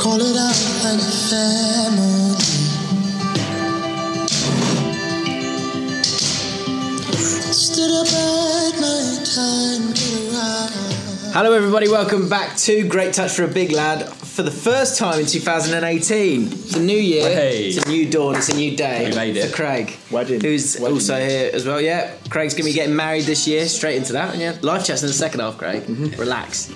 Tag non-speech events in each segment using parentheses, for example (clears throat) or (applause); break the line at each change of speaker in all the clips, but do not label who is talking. Call it out like a family. Stood up at night time to arrive.
Hello, everybody. Welcome back to Great Touch for a Big Lad for the first time in 2018. It's a new year.
Hey.
It's a new dawn. It's a new day.
We made it.
For Craig,
Wedding.
who's
Wedding.
also here as well. Yeah, Craig's going to be getting married this year. Straight into that. Yeah, life chats in the second half. Craig, (laughs) relax.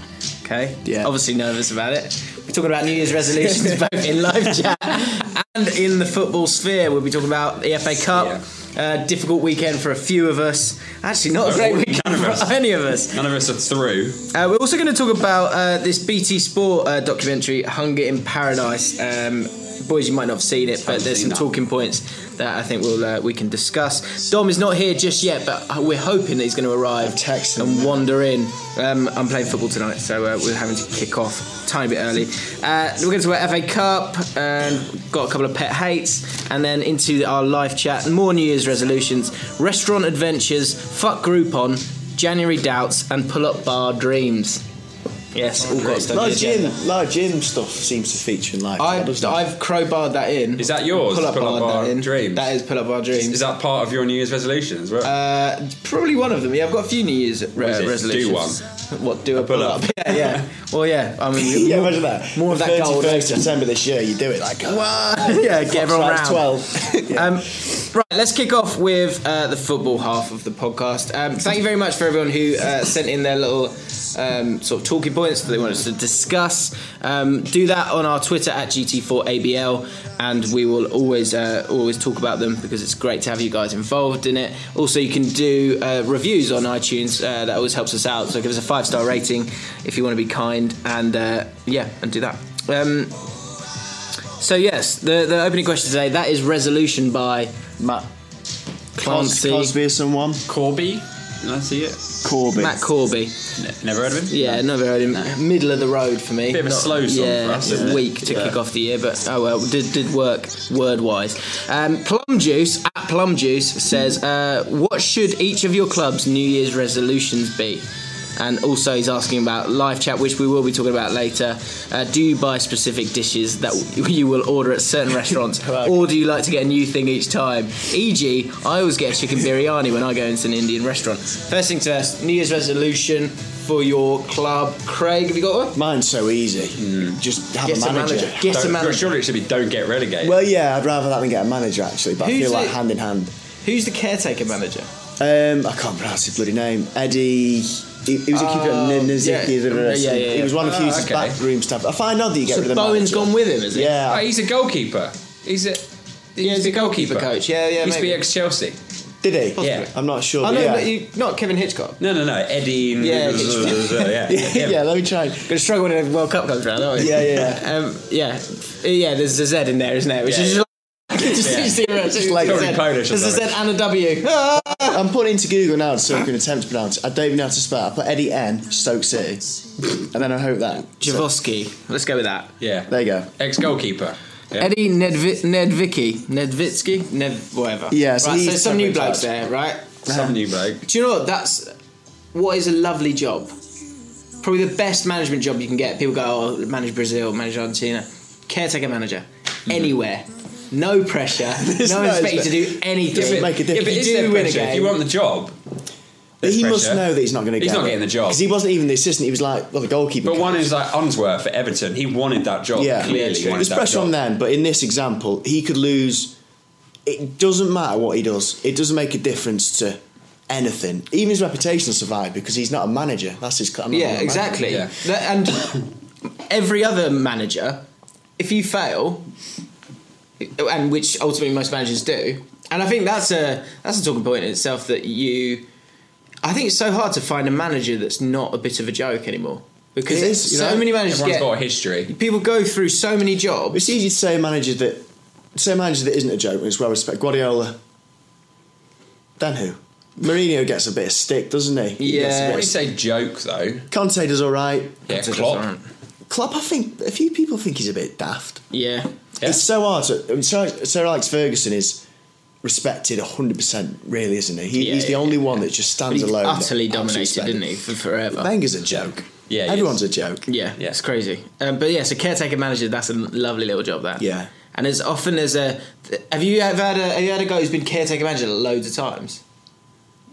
Okay.
Mm-hmm. Yeah.
Obviously nervous about it. We're talking about New
(laughs)
Year's resolutions both in live chat and in the football sphere. We'll be talking about the FA Cup. Uh, difficult weekend for a few of us. Actually, not a great weekend
none of
for
us.
any of us.
None of us are through.
Uh, we're also going to talk about uh, this BT Sport uh, documentary, Hunger in Paradise. Um, boys, you might not have seen it, but
Haven't
there's
seen
some
that.
talking points that I think we'll uh, we can discuss. Dom is not here just yet, but uh, we're hoping that he's going to arrive and wander in. Um, I'm playing football tonight, so uh, we're having to kick off a tiny bit early. Uh, we're going to talk about FA Cup and got a couple of pet hates, and then into our live chat, more New Year's resolutions, restaurant adventures, fuck Groupon. January doubts and pull up bar dreams. Yes, all got
Great.
stuff.
Live
here,
gym, live gym stuff seems to feature in live.
I,
chat, doesn't it?
I've crowbarred that in.
Is that yours,
Pull up,
pull up
bar,
bar
that in.
dreams?
That is pull up bar dreams.
Is that part of your New Year's resolution as well?
uh, probably one of them. Yeah, I've got a few New Year's re-
is it? Do
resolutions. Do one. (laughs) What? Do a, pull
pull-up.
up? yeah, yeah. Well, yeah. I
(laughs)
mean,
yeah, imagine that.
More of
The
that gold.
31st of December this year, you do it like.
Whoa. (laughs) yeah, get everyone
Fox
round.
Lives (laughs) 12. Yeah.
Um, right, let's kick off with uh, the football half of the podcast. Um, thank you very much for everyone who uh, sent in their little um, sort of talking points that they want us to discuss. Um, do that on our Twitter at GT4ABL, and we will always uh, always talk about them because it's great to have you guys involved in it. Also, you can do uh, reviews on iTunes. Uh, that always helps us out. So give us a five star rating if you want to be kind, and uh, yeah, and do that. Um, so yes, the the opening question today that is resolution by
Matt Cos-
Clancy
Cosby or someone.
Corby? Did I see it?
Corby.
Matt Corby.
Ne- never heard of him?
Yeah, another heard him. middle of the road for me.
Bit of a slow song
yeah,
for us,
it's
isn't it?
weak to
Yeah.
kick off the year, but oh well, did did work word wise. Um, Plum Juice at Plum Juice says, uh, what should each of your club's New Year's resolutions be? And also, he's asking about live chat, which we will be talking about later. Uh, do you buy specific dishes that (laughs) w- you will order at certain
(laughs)
restaurants, or do you like to get a new thing each time? E.g., I always get a chicken biryani when I go into an Indian restaurant. First things first, New Year's resolution for your club. Craig, have you got one?
Mine's so easy. Just have
Get
a manager.
Get a
Don't-
manager.
Surely it should be don't get relegated.
Well, yeah, I'd rather that than get a manager actually, but
Who's
I feel like
it?
hand in hand.
Who's the caretaker manager?
Um, I can't pronounce his bloody name. Eddie. He, he was a keeper
Oh,
at N- Niziki.
yeah.
or
Yeah, yeah, yeah.
He was one of
Oh,
Hughes'
okay.
backroom staff. I find odd that you get
So
rid of the
Bowen's
manager.
gone with him, is he?
Yeah.
Oh, he's a goalkeeper. He's a. He
Yeah,
used
he's
to be
a goalkeeper coach. Yeah, yeah,
He used to be
maybe.
ex Chelsea.
Did he?
Yeah.
I'm not sure.
I
but
know,
yeah.
but you, not Kevin Hitchcock.
No, no, no. Eddie. and- (laughs)
Yeah, (laughs)
yeah. yeah.
yeah, let me try.
Gonna struggle when the World Cup comes round, aren't we?
Yeah, yeah,
(laughs) um, yeah, yeah. There's a Z in there, isn't there? Which
Yeah,
is
yeah.
(laughs) just like, just, yeah. just like
Probably
Z.
Polish or
There's a Z
something.
and a W. Ah!
I'm putting into Google now so I can attempt to pronounce it. I don't even know how to spell it. I put Eddie N, Stoke City, and then I hope that.
Javoski. Let's go with that.
There you go.
Ex goalkeeper. Yeah.
Eddie Nedvi- Nedvicky, Nedvitsky, Ned whatever.
Yeah, so
right, so
he's
some new
separate
blokes
types.
there, right?
Some new bloke.
Do you know what? That's what is a lovely job? Probably the best management job you can get. People go, oh, manage Brazil, manage Argentina. Caretaker manager. Anywhere. No pressure. no
no
one expects you to
expect-
do anything.
Doesn't make a
Yeah,
difference.
but
If
is
you
there
do win a
pressure?
game-
If you want the job,
But
there's
he must
pressure.
know that he's not going to get
He's not getting the job.
Because he wasn't even the assistant, he was like, well, the goalkeeper.
But one is like Unsworth at Everton. He wanted that job.
yeah,
clearly wanted
There's
that
pressure
job.
on then, but in this example, he could lose. It doesn't matter what he does, it doesn't make a difference to anything. Even his reputation will survive because he's not a manager. That's his. I'm not a
Yeah,
manager.
exactly.
Yeah.
That- And every other manager, if you fail, and which ultimately most managers do, and I think that's a that's a talking point in itself that you. I think it's so hard to find a manager that's not a bit of a joke anymore because
It is, you
so
know?
many managers
Everyone's
get
got a history.
people go through so many jobs.
It's easy to say a manager that. Say a manager that isn't a joke and it's well respected. Guardiola. Then who? Mourinho gets a bit of stick, doesn't he? he?
Yeah.
gets a bit of
When you
stick.
say joke though,
Conte does all right.
yeah, Klopp.
Klopp, I think a few people think he's a bit daft.
Yeah,
Yeah.
It's so hard to. I mean, Sir, Sir Alex Ferguson is respected 100%, really, isn't he? he
Yeah,
he's the
yeah,
only
yeah.
one that just
but
stands
he
alone.
utterly
Absolute
dominated,
respect.
didn't he, for forever?
Wenger's a joke.
Yeah, he
Everyone's a joke.
Yeah,
Yeah.
it's crazy. Um, but yeah, so caretaker manager, that's a lovely little job. That
Yeah.
and as often as a, have you ever had a have you had a guy who's been caretaker manager loads of times?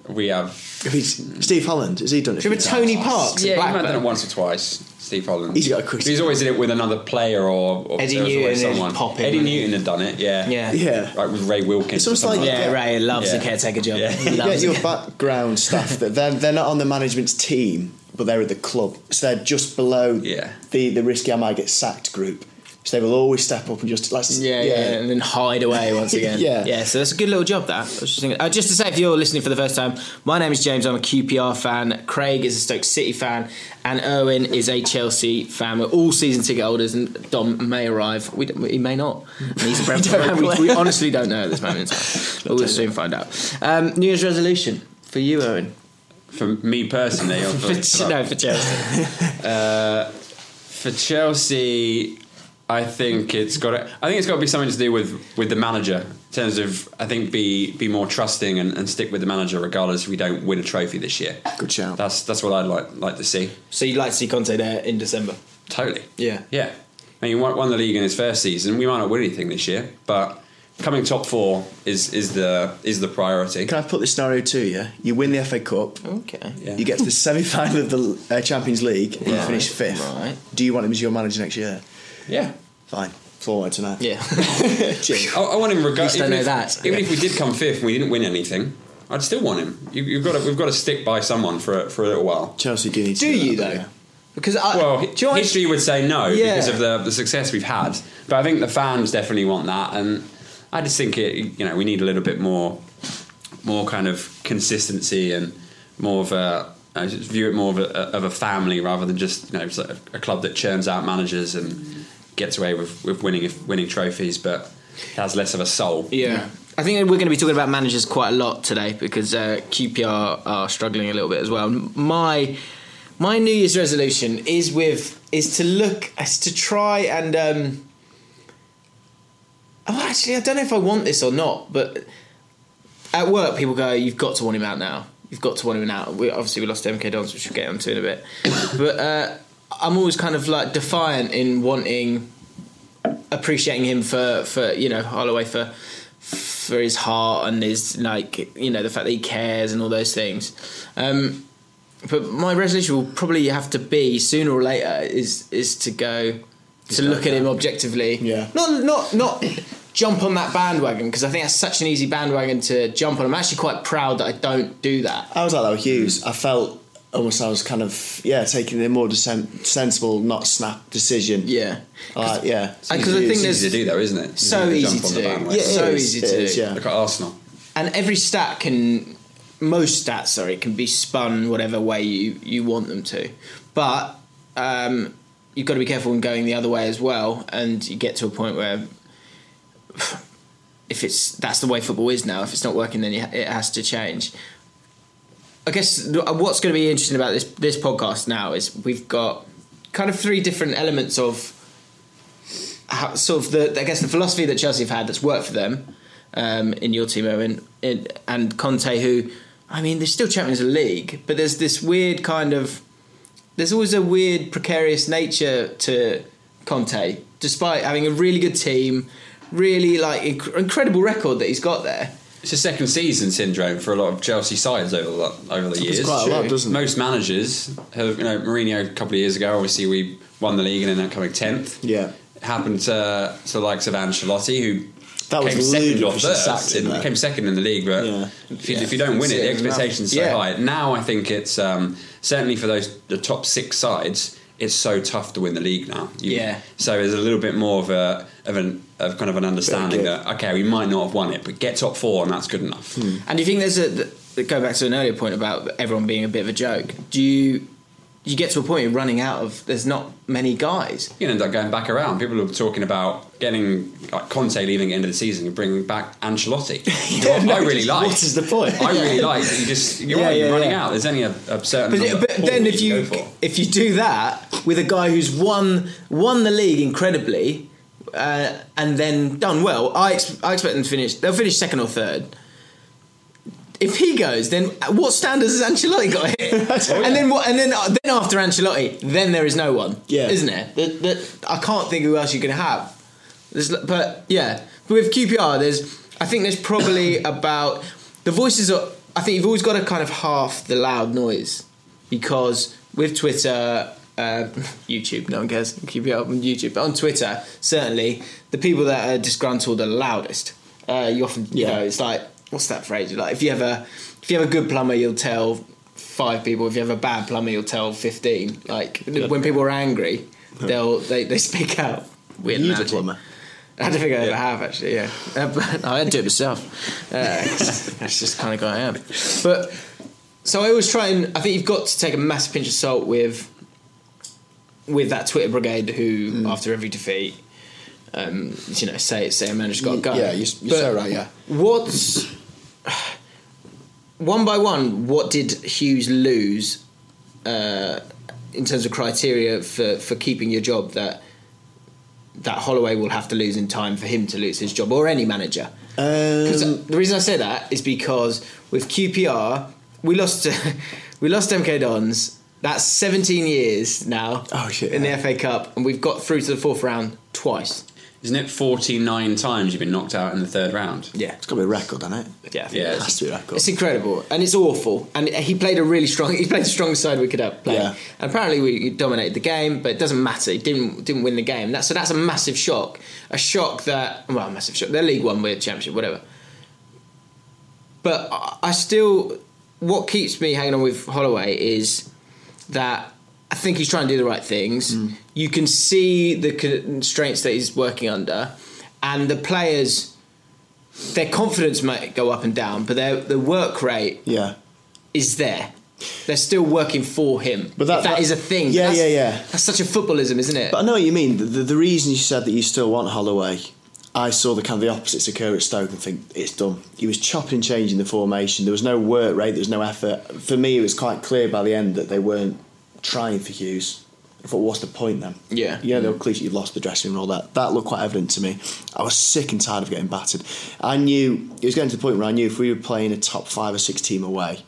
We have.
I mean, Steve Holland, has he done it? a
Do you
few
remember
times?
Tony Parks? at
Yeah, I've
Blackburn?
done it once or twice. Steve Holland.
He's got a quick-
He's always did it with another player or, or
Eddie
there was always
Newton is
someone.
popping.
Eddie Newton had done it. Yeah.
Yeah.
Yeah.
Like with Ray Wilkins.
It's
or
almost
something
like-
Yeah, Ray loves
Yeah.
a caretaker job.
Yeah.
He
You
(laughs)
get
loves a
your
ca-
background staff that they're, they're not on the management's team, but they're at the club. So they're just below
Yeah.
the, the risky I might get sacked group. So they will always step up and just like
yeah, yeah, and then hide away once again.
Yeah.
(laughs) yeah. So that's a good little job. That I was just, thinking, uh, just to say, if you're listening for the first time, my name is James. I'm a QPR fan. Craig is a Stoke City fan, and Owen is a Chelsea fan. We're all season ticket holders, and Dom may arrive. We don't, he may not. And he's a (laughs) Brentford fan. We, we honestly don't know at this moment. in (laughs) time. But we'll soon find out. Um, New Year's resolution for you, Owen.
For me personally, or for,
(laughs) For, Ch- no, for Chelsea.
for Chelsea, I think it's got. To, I think it's got to be something to do with with the manager in terms of. I think be be more trusting and, and stick with the manager regardless if we don't win a trophy this year.
Good shout.
That's that's what I'd like like to see.
So you'd like to see Conte there in December?
Totally.
Yeah.
Yeah. I mean, won, won the league in his first season. We might not win anything this year, but coming top four is is the is the priority.
Can I put this scenario to you? You win the FA Cup.
Okay.
Yeah.
You get
(laughs)
to the semi-final of the uh, Champions League and you
Right,
finish fifth.
right.
Do you want him as your manager next year?
Yeah.
Fine. Forward tonight.
Yeah. (laughs)
I, I want him
least
regardless.
I know
if,
that.
Even
Yeah.
if we did come fifth and we didn't win anything, I'd still want him. You, you've got to, we've got to stick by someone for a, for a little while.
Chelsea do need to
Do
that,
you
don't
though? Because I,
Well,
do you know what I-
history would say no
Yeah.
because of the, the success we've had, but I think the fans definitely want that, and I just think it. You know, we need a little bit more, more kind of consistency and more of a. I just view it more of a, of a family rather than just you know sort of a club that churns out managers and gets away with, with winning if winning trophies, but has less of a soul.
Yeah. I think we're going to be talking about managers quite a lot today because uh, QPR are struggling a little bit as well. My my New Year's resolution is with is to look is to try and um, oh actually I don't know if I want this or not, but at work people go you've got to want him out now. You've got to want him out. We, obviously we lost MK Dons, which we'll get onto in a bit, but uh, I'm always kind of like defiant in wanting appreciating him for for you know Holloway for for his heart and his like you know the fact that he cares and all those things. Um, but my resolution will probably have to be sooner or later is is to go to look at him objectively.
Yeah.
Not not not jump on that bandwagon because I think that's such an easy bandwagon to jump on. I'm actually quite proud that I don't do that.
I was like that with Hughes. I felt almost I was kind of yeah taking the more desen- sensible, not snap decision.
Yeah.
Like, yeah.
Because I think
it's
there's
easy to do though, isn't it?
so
You
easy
jump on
to
the
do.
bandwagon.
Yeah, so
It is,
easy
it
to
is,
do.
yeah.
Look at Arsenal.
and every stat can most stats sorry can be spun whatever way you you want them to but um you've got to be careful in going the other way as well and you get to a point where (sighs) if it's that's the way football is now if it's not working then you, it has to change I guess th- what's going to be interesting about this this podcast now is we've got kind of three different elements of how, sort of the I guess the philosophy that Chelsea have had that's worked for them um, in your team, Owen, in, and Conte, who I mean, there's still Champions League, but there's this weird kind of. There's always a weird precarious nature to Conte, despite having a really good team, really like inc- incredible record that he's got there.
It's a second season syndrome for a lot of Chelsea sides over the, over the years.
quite a lot, doesn't it?
Most managers have, you know, Mourinho a couple of years ago, obviously we won the league and ended up coming 10th.
Yeah.
It happened to, to the likes of Ancelotti, who
That was
came second or
ludicrous and
first.
sacked,
In,
isn't it?
came second in the league, but
Yeah.
if, you,
Yeah.
if you don't win it, the
Yeah.
expectations so
Yeah.
high. Now I think it's um, certainly for those the top six sides, it's so tough to win the league now. You-
Yeah.
So there's a little bit more of a of an of kind of an understanding
give.
that okay, we might not have won it, but get top four and that's good enough.
Hmm.
And do you think there's a th- th- go back to an earlier point about everyone being a bit of a joke? Do you you get to a point you're running out of? There's not many guys.
You end up going back around. People are talking about getting like Conte leaving at the end of the season and bringing back Ancelotti. What I really like.
What is the point?
I really like. that You just you're
Yeah,
right, you're
yeah,
running
yeah.
out. There's only a, a certain.
But,
number
but
of
then
balls
if you
go for.
if you do that with a guy who's won won the league incredibly uh, and then done well, I ex- I expect them to finish. They'll finish second or third. If he goes, then what standards has Ancelotti
(laughs)
got here?
Oh,
And then what? And then uh, then after Ancelotti, then there is no one.
Yeah.
isn't there? That- that- I can't think who else you can have. There's, but yeah, but with QPR, there's I think there's probably about the voices are. I think you've always got to kind of half the loud noise because with Twitter, uh, (laughs) YouTube, no one cares. QPR on YouTube, but on Twitter, certainly the people that are disgruntled are loudest. Uh, you often, you know, it's like what's that phrase? Like if you have a if you have a good plumber, you'll tell five people. If you have a bad plumber, you'll tell fifteen. Like when people are angry, they'll they, they speak out. Weird
You
analogy.
diploma.
I don't think I ever have actually. Yeah, uh, but (laughs) I do it myself. Uh, (laughs) that's just kind of guy I am. But so I always try and I think you've got to take a massive pinch of salt with with that Twitter brigade who, after every defeat, um, you know, say say a manager's got to go.
Yeah, you're, you're
But
so right. Yeah.
What's one by one? What did Hughes lose uh, in terms of criteria for, for keeping your job that that Holloway will have to lose in time for him to lose his job or any manager? 'Cause
Um,
the reason I say that is because with QPR we lost to, (laughs) we lost MK Dons. That's 17 years now
Oh, shit,
in
yeah.
the FA Cup, and we've got through to the fourth round twice.
Isn't it 49 times you've been knocked out in the third round?
Yeah,
it's got to be a record, hasn't it?
yeah,
Yeah,
It has to be a record.
It's incredible, and it's awful. And he played a really strong. (laughs) He played the strongest side we could have played.
Yeah.
And apparently we dominated the game, but it doesn't matter. He didn't didn't win the game. That, so that's a massive shock. A shock that well, a massive shock. They're League One, we're Championship, whatever. But I, I still, what keeps me hanging on with Holloway is that I think he's trying to do the right things. You can see the constraints that he's working under, and the players. Their confidence might go up and down, but their the work rate
yeah.
is there. They're still working for him. But
But that-
that
that-
is a thing.
Yeah,
That's-
yeah, yeah.
That's such a footballism, isn't it?
But I know what you mean. The, the, the reason you said that you still want Holloway, I saw the kind of the opposites occur at Stoke and think it's done. He was chopping and changing the formation. There was no work rate. There was no effort. For me, it was quite clear by the end that they weren't trying for Hughes. I thought, what's the point then?
Yeah.
You know, the old cliche, you've lost the dressing room and all that. That looked quite evident to me. I was sick and tired of getting battered. I knew, it was getting to the point where I knew if we were playing a top five or six team away,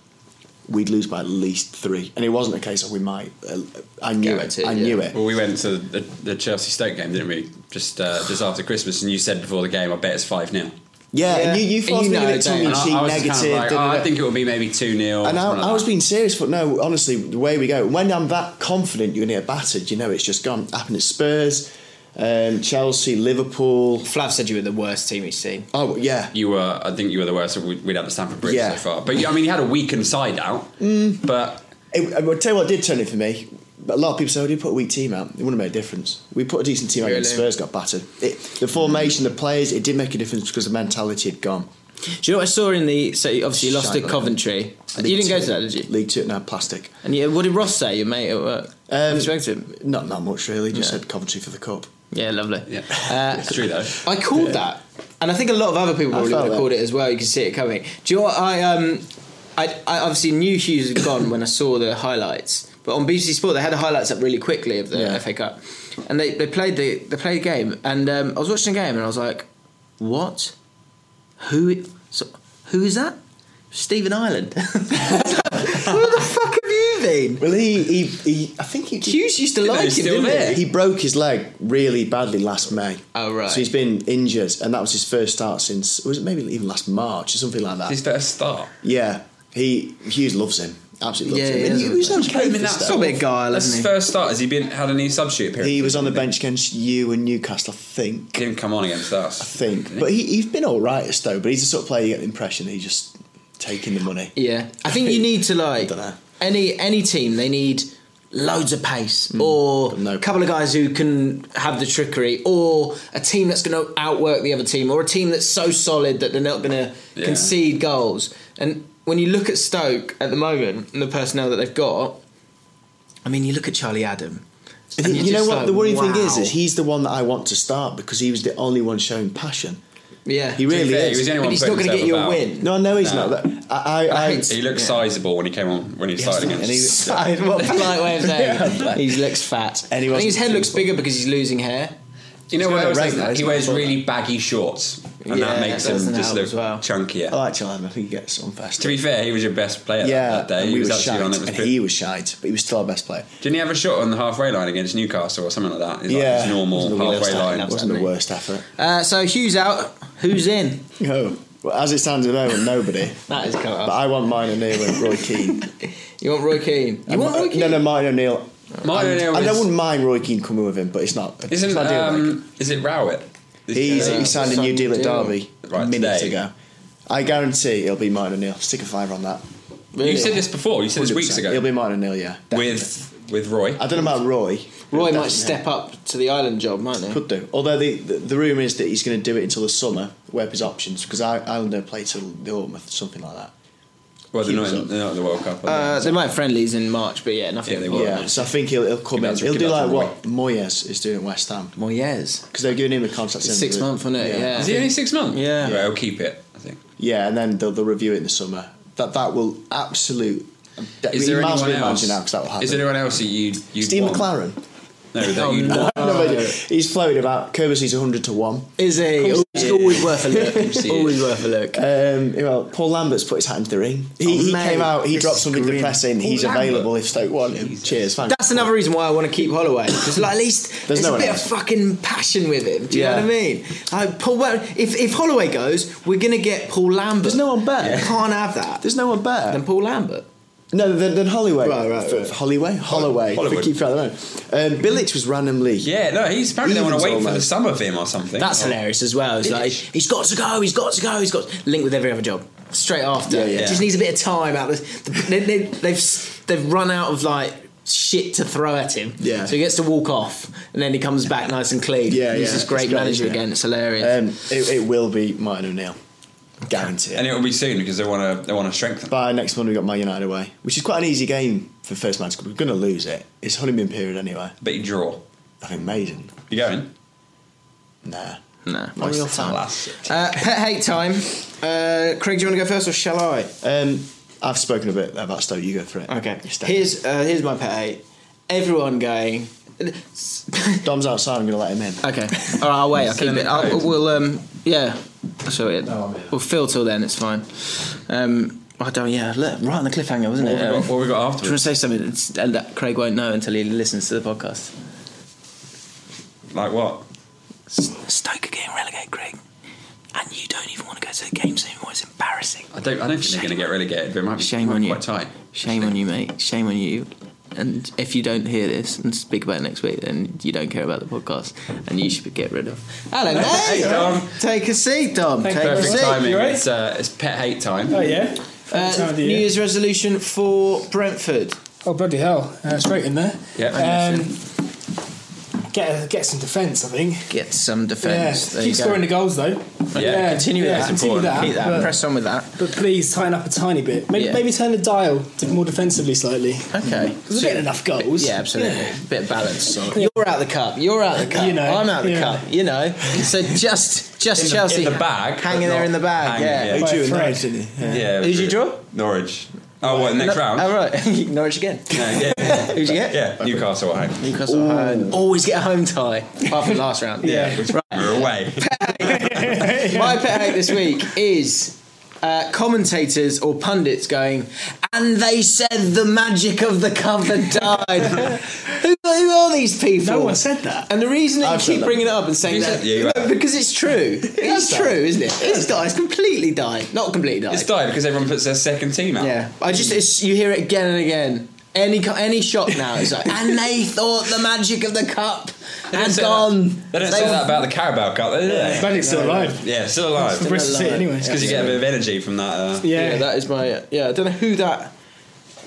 we'd lose by at least three. And it wasn't a case of we might. Uh, I knew
Guaranteed,
it. I knew
yeah.
it.
Well, we went to the, the Chelsea Stoke game, didn't we? Just uh, just after Christmas, and you said before the game, I bet it's 5 0.
Yeah,
Yeah.
and you, you
And
forced
you
me
know
a bit
that.
tongue in
And I,
cheek,
I was
negative.
kind of like,
da,
oh,
da,
I
da.
think it will be maybe 2 0.
and I, I was being serious, but no, honestly, the way we go, when I'm that confident you're going to get battered, you know it's just gone. Happened at Spurs, um, Chelsea, Liverpool.
Flav said you were the worst team he's seen.
Oh, yeah.
You were, I think you were the worst we- we'd had at Stamford Bridge
Yeah. Mm.
so far. But you- I mean, you had a weakened side out, but
It, I'll tell you what did turn it for me. A lot of people say, oh, did you put a weak team out? It wouldn't have made a difference. We put a decent team out and
Really?
Spurs got battered. It, the formation, the players, it did make a difference because the mentality had gone.
Do you know what I saw in the? So you- obviously you lost to
Shite,
Coventry. You didn't go to that, did you?
League Two, no, plastic.
And yeah, what did Ross say? Your mate at work. Um, you spoke to him.
Not that much, really. Just
Yeah.
said Coventry for the cup.
Yeah, lovely.
yeah,
Uh,
it's true though.
I called that, and I think a lot of other people probably
felt
would have
that.
called it as well. You can see it coming. Do you know what I? Um, I, I obviously knew Hughes had gone when I saw the highlights, but on BBC Sport they had the highlights up really quickly of the
Yeah.
FA Cup, and they, they played the they played the game, and um, I was watching the game and I was like, what? Who? So, who is that? Stephen Ireland. (laughs) Where the fuck have you been?
Well, he, he, he I think he.
Hughes used to
Didn't
like
they
him,
still
didn't
there?
he?
He broke his leg really badly last May.
Oh, right.
So he's been injured, and that was his first start since was it maybe even last March or something like that.
Is that a start?
yeah, he Hughes loves him. Absolutely loves
Yeah,
him.
yeah,
and he
yeah.
was
Put
okay
him
for
in that
stuff.
Still a bit guile,
That's
isn't
his
he?
first start. Has he been had any substitute appearance?
He was on the bench against you and Newcastle, I think.
He didn't come on against us.
Think, but he, he's been all right at Stoke. But he's the sort of player you get the impression that he's just taking the money.
Yeah, I think you need to like
dunno.
any any team. They need loads of pace or
no
a couple of guys who can have the trickery, or a team that's going to outwork the other team, or a team that's so solid that they're not going to
Yeah.
concede goals. And when you look at Stoke at the moment and the personnel that they've got, I mean, you look at Charlie Adam.
And
and
he-
you're
you know
just
what?
like,
the worrying thing is,
wow.
is he's the one that I want to start because he was the only one showing passion.
yeah,
He really
fair, he
is.
was the only
but
one
he's not
putting
going to get
himself
you a
about.
win.
no, no, he's
No.
not. That I, I,
I
I
hate-
He looked
Yeah.
sizable when he came on when he
Yes,
started against.
and he- (laughs)
us.
Size, what polite way of saying (laughs)
Yeah.
it. He looks fat.
And he
I think
wasn't
his head looks
beautiful.
bigger because he's losing hair.
you know
He's
what
got
else?
a
doesn't
rate,
he
though,
wears
isn't he?
really baggy shorts, and
Yeah,
that makes
that
him
doesn't
just
help
look
as well.
chunkier.
I like Chelham. I think he gets on faster.
to be fair, he was your best player
Oh. yeah,
that day.
and
he
we
was
were
actually
shite,
on it. Was
and
good.
he was shite, but he was still our best player.
Didn't he have a shot on the halfway line against Newcastle or something like that? He's
yeah,
like his normal
Wasn't the worst
halfway
effort.
line.
Wasn't the
(laughs)
worst effort.
Uh, so Hughes out. Who's in?
No, well, as it stands at the moment, nobody.
That is cut
But I want Martin O'Neill and Roy
(laughs)
Keane.
You want Roy Keane? You want Roy Keane?
No, no, Martin O'Neill.
Martin
And-
O'Neill
and I
is-
wouldn't mind Roy Keane coming with him, but it's not. it's
Isn't
not a deal breaker.
um, is it Rowett?
He's, he signed a new deal at
Some
Derby
Right,
minutes
today.
ago. I guarantee it'll be Martin O'Neill. Stick a fiver on that.
Really?
You said this before. You said this weeks
100%.
ago.
It'll be Martin O'Neill, yeah.
with with Roy.
I don't know about Roy.
Roy
Definitely.
might step up to the island job, might he?
Could do. Although the the, the rumour is that he's going to do it until the summer, where his options, because Ireland don't play till the autumn or something like that.
well, they're not,
Hughes
in,
up.
they're not in the World Cup.
Uh,
Are
they might have friendlies in March, but yeah, nothing.
Yeah, they
at the
will.
yeah,
moment.
so I think he'll, he'll come
Give
in.
that-
He'll
give
do
that
like
to Roy.
what Moyes is doing at West Ham.
Moyes.
Because they're giving him a contract.
It's
in
six
the-
month, wasn't it? Yeah.
they? Is he only six months?
Yeah.
Right, I'll keep it. I think.
Yeah, and then they'll, they'll review it in the summer. That that will absolute.
Is
you
there
might as
anyone
well
else?
imagine now because that will happen.
Is there anyone else that you you
Steve
want?
McLaren.
No,
Oh,
that you'd want.
No,
Oh,
but he's floated about. Kirby's 100 to 1.
Is he?
course
It's
he
always worth a
(laughs)
course
look.
he
always
is.
worth a look.
Um, well, Paul Lambert's put his hat into the ring. He,
Oh,
he
mate,
came out, he
this
dropped
is
something
grim.
depressing.
Paul
He's
Lambert.
available if Stoke want him. Cheers, thanks.
That's another reason why I want to keep Holloway because, like, at least
(laughs)
there's,
There's no
a
one
bit
else.
of fucking passion with him. Do you
Yeah.
know what I mean? Like, Paul, well, if if Holloway goes, we're gonna get Paul Lambert.
There's no one better.
You Can't have that.
There's no one better.
than Paul Lambert.
No, than, than Holloway.
Right, right,
F-
right.
Holloway? Holloway.
Hollywood.
Keep keep rather Um, Bilic was randomly.
Yeah, no, he's apparently they want
Evans
to wait for the
almost.
summer of him or something. Oh.
That's
Oh.
Or-
hilarious as well. It's like he's got to go. He's got to go. He's got linked with every other job straight after.
Yeah, yeah.
Just needs a bit of time out. Of the, they, they, they've s- they've run out of like shit to throw at him.
Yeah.
So he gets to walk off, and then he comes back nice and clean.
Yeah,
He's
yeah.
this great
It's great,
manager
yeah.
again. It's hilarious.
Um, it, it will be Martin O'Neill. Guarantee it.
And it will be soon because they want to they want to strengthen.
By next Monday, we've got Man United away, which is quite an easy game for first man to We're going to lose it. It's honeymoon period anyway.
But you draw.
I think amazing.
You going?
Nah.
Nah,
Not real time.
Last.
uh, pet hate time. Uh, Craig, do you want to go first or shall I?
Um, I've spoken a bit about Stoke. You go for it.
Okay.
You stay.
Here's uh, here's my pet hate. Everyone
(laughs)
(laughs) going.
Dom's outside. I'm going to let him in.
Okay. All right, I'll wait. I'll
Send
keep it.
it
I'll,
out.
we'll um yeah. So it.
No, I'm here.
we'll fill till then. It's fine. Um, I don't. Yeah, look, right on the cliffhanger, wasn't
What
it?
have we
Um,
got- what have we got
do you want to
afterwards?
say something It's- and that Craig won't know until he listens to the podcast?
Like what?
Stoke are getting relegated, Craig, and you don't even want to go to the games anymore. It's embarrassing.
I don't. I don't think they're going to get relegated. But it might be
Shame
might
on
be
you.
Quite tight.
Shame on you, mate. Shame on you. And if you don't hear this and speak about it next week, then you don't care about the podcast, and you should be get rid of. Hello, mate.
Hey, Dom.
Take a seat, Dom. Take a
Um, Perfect
seat.
timing.
you right?
It's, uh, it's pet hate time.
Oh yeah. Time
Uh,
of the
New
year.
Year's resolution for Brentford.
Oh bloody hell! Uh, straight in there.
Yeah.
Um, get get some defence, I think.
Get some
Yeah.
defence. There
Keep
you go.
scoring the goals though.
Yeah,
continue with that.
Continue
Important.
that.
Keep that.
But,
Press on with that.
but please tighten up a tiny bit. Maybe,
Yeah.
maybe turn the dial to more defensively slightly.
Okay.
Because we're getting enough goals.
Yeah, absolutely.
Yeah.
Bit of balance. You're out the cup. You're out the cup.
You know,
I'm out the
yeah.
cup. You know. So just just
In the-
Chelsea
in the bag, but
hanging there
not
in the bag.
hanging,
yeah.
yeah.
Who'd you
Right, Fred.
announce, didn't you? Yeah.
Yeah.
Who's your draw? uh,
Norwich. Oh, what? Next round.
All right. (laughs) Norwich again.
No, yeah, yeah.
Who'd you get?
Yeah, Newcastle at home.
Newcastle home. Always get a home tie. Apart from last
(laughs)
round.
Yeah, we're away.
My pet hate this week is uh, commentators or pundits going, and they said the magic of the cover died. who, who are these people?
No one said that.
And the reason that
I've
you
said
keep
that.
bringing it up and saying
You
that,
said- yeah, you
no,
have.
because
(laughs)
it's true. It's true, isn't it? It's died. It's completely died. Not completely died.
It's died because everyone puts their second team out.
Yeah, I just it's, you hear it again and again. Any co- any shot now, it's like, and they thought the magic of the cup
They don't
had
say
gone.
That. They don't say that about the Carabao Cup, though, do they?
But it's still alive.
Yeah, still alive.
For Bristol City,
alive.
anyway.
It's because you get a bit of energy from that. Uh,
Yeah.
Yeah, that is my yeah. I don't know who that.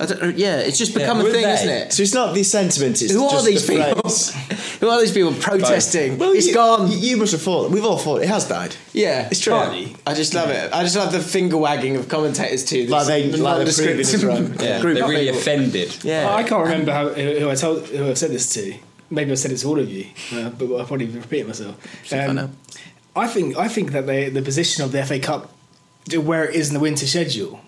I don't, uh, yeah, it's just become
who
a
are
thing,
they?
isn't it?
So it's not the sentiment. It's
Who are
just
these
the
people?
phrase.
(laughs) Who are these people protesting?
Well,
it's
you,
gone.
You, you must have thought. We've all thought it has died.
yeah,
It's true.
Fine. I just love it. I just love the finger wagging of commentators too.
Like they- like they're
nondescript
proving us
(laughs)
wrong.
yeah,
group
they're
of
really
people.
offended.
Yeah,
I can't remember how, who who I told who I said this to. Maybe I said it to all of you, uh, but I probably repeated myself. Um,
find out.
I think I think that they, the position of the FA Cup, to where it is in the winter schedule,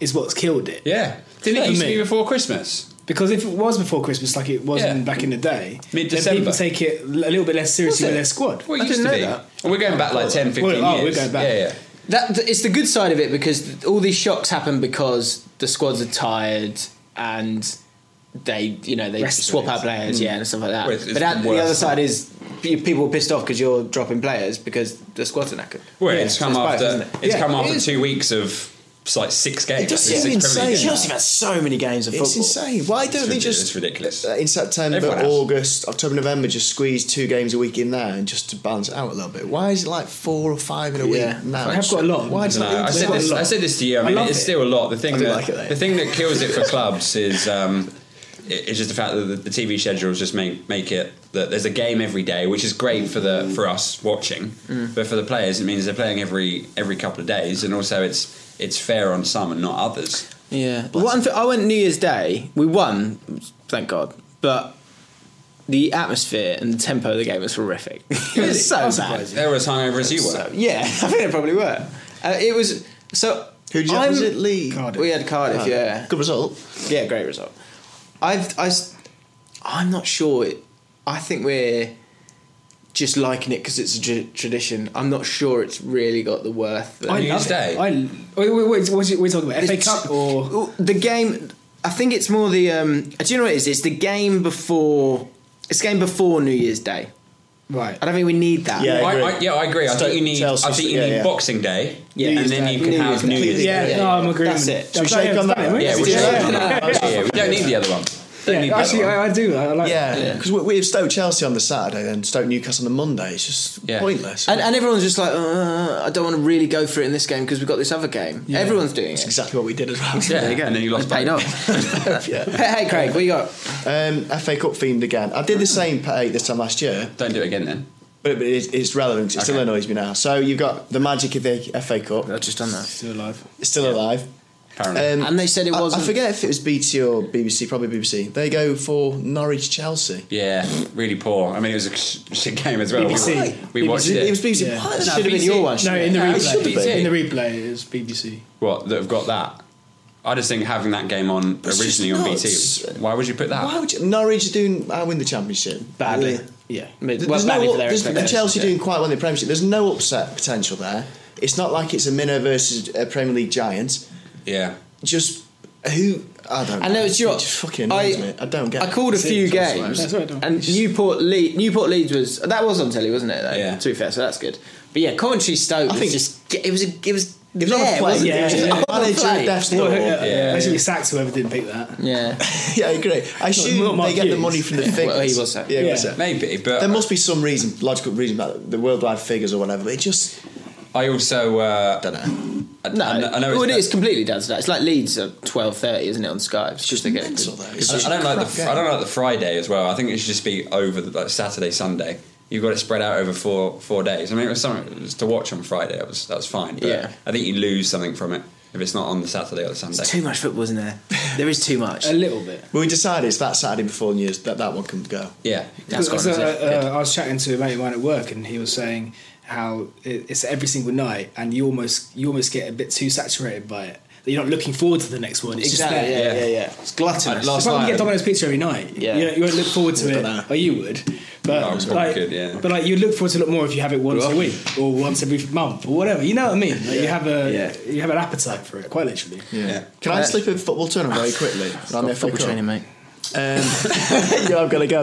is what's killed it.
Yeah. Didn't it
For
used to
me.
be before Christmas?
Because if it was before Christmas, like it was
Yeah.
in, back in the day,
Mid-December.
then people take it l- a little bit less seriously
Was it?
with their squad.
Well, it
I
used to
didn't know
be.
that.
And we're going back like 10, 15
Well, oh,
years.
we're going back.
Yeah, yeah.
That th- it's the good side of it because all these shocks happen because the squads are tired and they you know they
Rest
swap out
periods.
players yeah and stuff like that.
Well, it's- it's
but at,
the
the other
worst.
side is p- people are pissed off because you're dropping players because the squads are knackered.
Well,
Yeah,
it's
so
come
both,
after.
isn't it?
It's
Yeah,
come
it
after
is.
two weeks of it's like six games.
It does
I think,
seem
six Premier League
insane.
games.
Chelsea
Chelsea have had so many games of
It's
football.
insane. Why don't
It's
they
ridic-
just
it's ridiculous.
Uh, in September,
Everyone has.
August, October, November, just squeeze two games a week in there and just to balance it out a little bit? Why is it like four or five in a week
Yeah.
now?
I have got a lot.
Why does
No,
that?
I said
It's
this.
a lot.
I said this to you. I
I
mean,
love
it's
it.
still a lot. The thing
I do
that
like it though.
the thing that kills it for clubs is um, i- is just the fact that the, the TV schedules just make make it that there's a game every day, which is great for the for us watching, but for the players it means they're playing every every couple of days, and also it's it's fair on some and not others.
Yeah. One thing, I went New Year's Day. We won, thank God. But the atmosphere and the tempo of the game was horrific. (laughs) it was so bad.
They were as hungover as you were.
So, yeah, (laughs) I think they probably were. Uh, it was so.
Who did you
I'm-
have? Was it Lee?
Cardiff.
We had Cardiff.
Oh,
Yeah,
Good result.
yeah, great result. I've I, am not sure. It, I think we're just liking it because it's a tr- tradition. I'm not sure it's really got the worth. that-
I
New
love
Year's
it.
Day.
I, wait, wait, wait, what are we talking about? FA
It's-
Cup or
the game? I think it's more the. Um, do you know what it is? It's the game before. It's the game before New Year's Day.
right?
I don't think we need that.
Yeah.
I,
I agree.
I, yeah, I agree. I
Stoke-
think you need.
Chelsea,
I think you
yeah,
need
yeah.
Boxing Day,
Yeah.
and then you can
New Year's
have
Day.
New Year's.
Yeah,
Day.
no, I'm agreeing.
That's it.
Should we shake on that?
Yeah,
Yeah,
we'll
yeah.
shake on that. Yeah, yeah, we don't need the other one. Don't need the
Yeah,
other
actually,
one.
I, I do. I like.
Yeah, because we, we have Stoke Chelsea on the Saturday and Stoke Newcastle on the Monday. It's just
Yeah.
pointless.
And, and everyone's just like, uh, I don't want to really go for it in this game because we've got this other game. Everyone's doing
That's
it.
exactly what we did as well.
Yeah, and then you lost
Paid
both.
off. (laughs)
(laughs)
hey, hey, Craig, what you got?
Um, FA Cup themed again. I did the same pay this time last year,
Don't do it again then.
but it, it's- it's relevant. 'cause It still
Okay.
annoys me now. So you've got the magic of the FA Cup.
I've just done that.
Still alive.
It's still alive. Um,
Apparently.
And they said it
I-
wasn't-
I, forget if it was BT or BBC, probably BBC. They go for Norwich Chelsea.
yeah, really poor. I mean, it was a sh- shit game as well.
BBC.
wasn't it? We watched it.
It was BBC.
Yeah.
Why the
That
f-
should have been
BBC.
your one.
No,
shouldn't
in the
it?
it should
replay.
be.
in the replay, it's BBC.
What that have got that? I just think having that game on
It's just
originally on
nuts.
BT. Why would you put that?
Why would you, Norwich doing? I win the championship
Badly.
Really?
Yeah.
Mid-
There's
well,
no
badly
up-
for their
there's-
expectations,
Chelsea
yeah.
doing quite well in the Premiership. There's no upset potential there. It's not like it's a Minnow versus a Premier League giant.
Yeah.
Just who I don't.
I know it's your.
It just fucking annoys me. I don't get.
I called a
it.
few
That's
games,
That's what I don't-
and Newport Leeds. Newport Leeds was that was on telly, wasn't it? Though?
Yeah.
To be fair, so that's good. But yeah, Coventry Stoke.
I
was
think-
just it was a, it was
It was on a
there,
play.
wasn't it?
Yeah,
It was
yeah,
on a
Manager
play.
death's
Well,
door.
yeah,
Yeah.
They should be sacked whoever didn't pick that.
Yeah.
(laughs)
(laughs)
Yeah, I agree. I assume
Mark
they get the
Hughes.
money from the figures.
Well, he was sacked.
Yeah, he was
Yeah.
sacked.
Maybe, but
There must be some reason, logical reason about the worldwide figures or whatever. But it just
I also uh,
don't know.
I,
No,
I, kn- I know
well, it
it's,
is completely down to that. It's like Leeds at twelve thirty, isn't it, on Sky? It's just they get
mental, though. It's
I, I don't like the
Crap
I don't like the Friday as well. I think it should just be over the, like Saturday Sunday. You've got it spread out over four four days. I mean, it was something it was to watch on Friday. That was that was fine. But
Yeah.
I think you lose something from it if it's not on the Saturday or the Sunday.
too much football, isn't there? There is too (laughs) much.
A little bit.
Well, we decided it's that Saturday before New Year's that that one can go.
yeah,
That's gone,
So,
is it?
uh, uh, I was chatting to a mate of mine at work, and he was saying how it- it's every single night, and you almost you almost get a bit too saturated by it that you're not looking forward to the next one. It's
Exactly.
Just there.
Yeah,
Yeah.
yeah, yeah. It's gluttonous.
Uh,
It's
last-
like when you
night-
get Domino's pizza every night.
Yeah.
You, don't- you won't look forward to
dunno.
it. Or you would. But
That was
like,
good, yeah.
but like you look forward to a lot more if you have it once
Well.
a week or once every month or whatever. You know what I mean? Like you have a
Yeah.
you have an appetite for it, quite literally.
Yeah.
Can I slip a football turn very quickly? I'm
football training, mate.
(laughs) yeah, Um, I've got to go.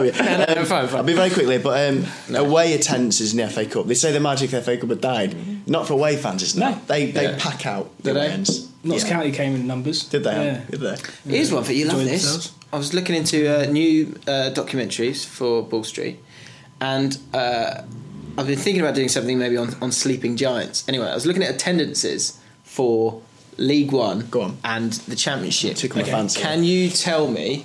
(laughs)
Yeah.
no,
Um,
fine, fine.
I'll be very quickly, but um, away attendances in the FA Cup. They say the magic of the FA Cup had died. Not for away fans, it's not.
No.
They they
Yeah.
pack out
Did
the
they?
ends.
Notts County came in numbers.
Did they?
Yeah.
Did they?
Here's one for you. Love
Enjoy
this.
themselves.
I was looking into uh, new uh, documentaries for Ball Street, and uh, I've been thinking about doing something maybe on, on Sleeping Giants. Anyway, I was looking at attendances for League One
Go on.
and the Championship.
Took my Okay. fancy.
Can you tell me,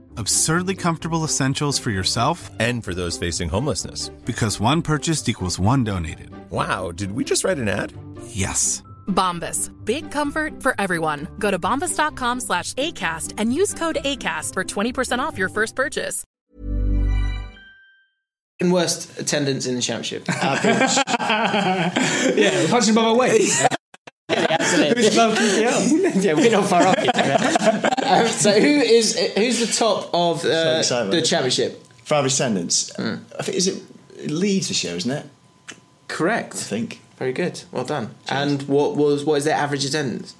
Absurdly comfortable essentials for yourself
And for those facing homelessness.
because one purchased equals one donated.
Wow, did we just write an ad?
Yes.
Bombas. Big comfort for everyone. Go to bombas.com slash ACAST and use code ACAST for 20% off your first purchase.
Worst attendance in
(laughs)
the championship.
Yeah, we're punching above our weight.
(laughs)
yeah, we're not far off. (laughs) um, so who is who's the top of uh,
So excited.
the championship?
For average attendance,
Hmm.
I think is it Leeds this year, isn't it? I
Correct.
think
Very good. Well done. And what was what is their average attendance?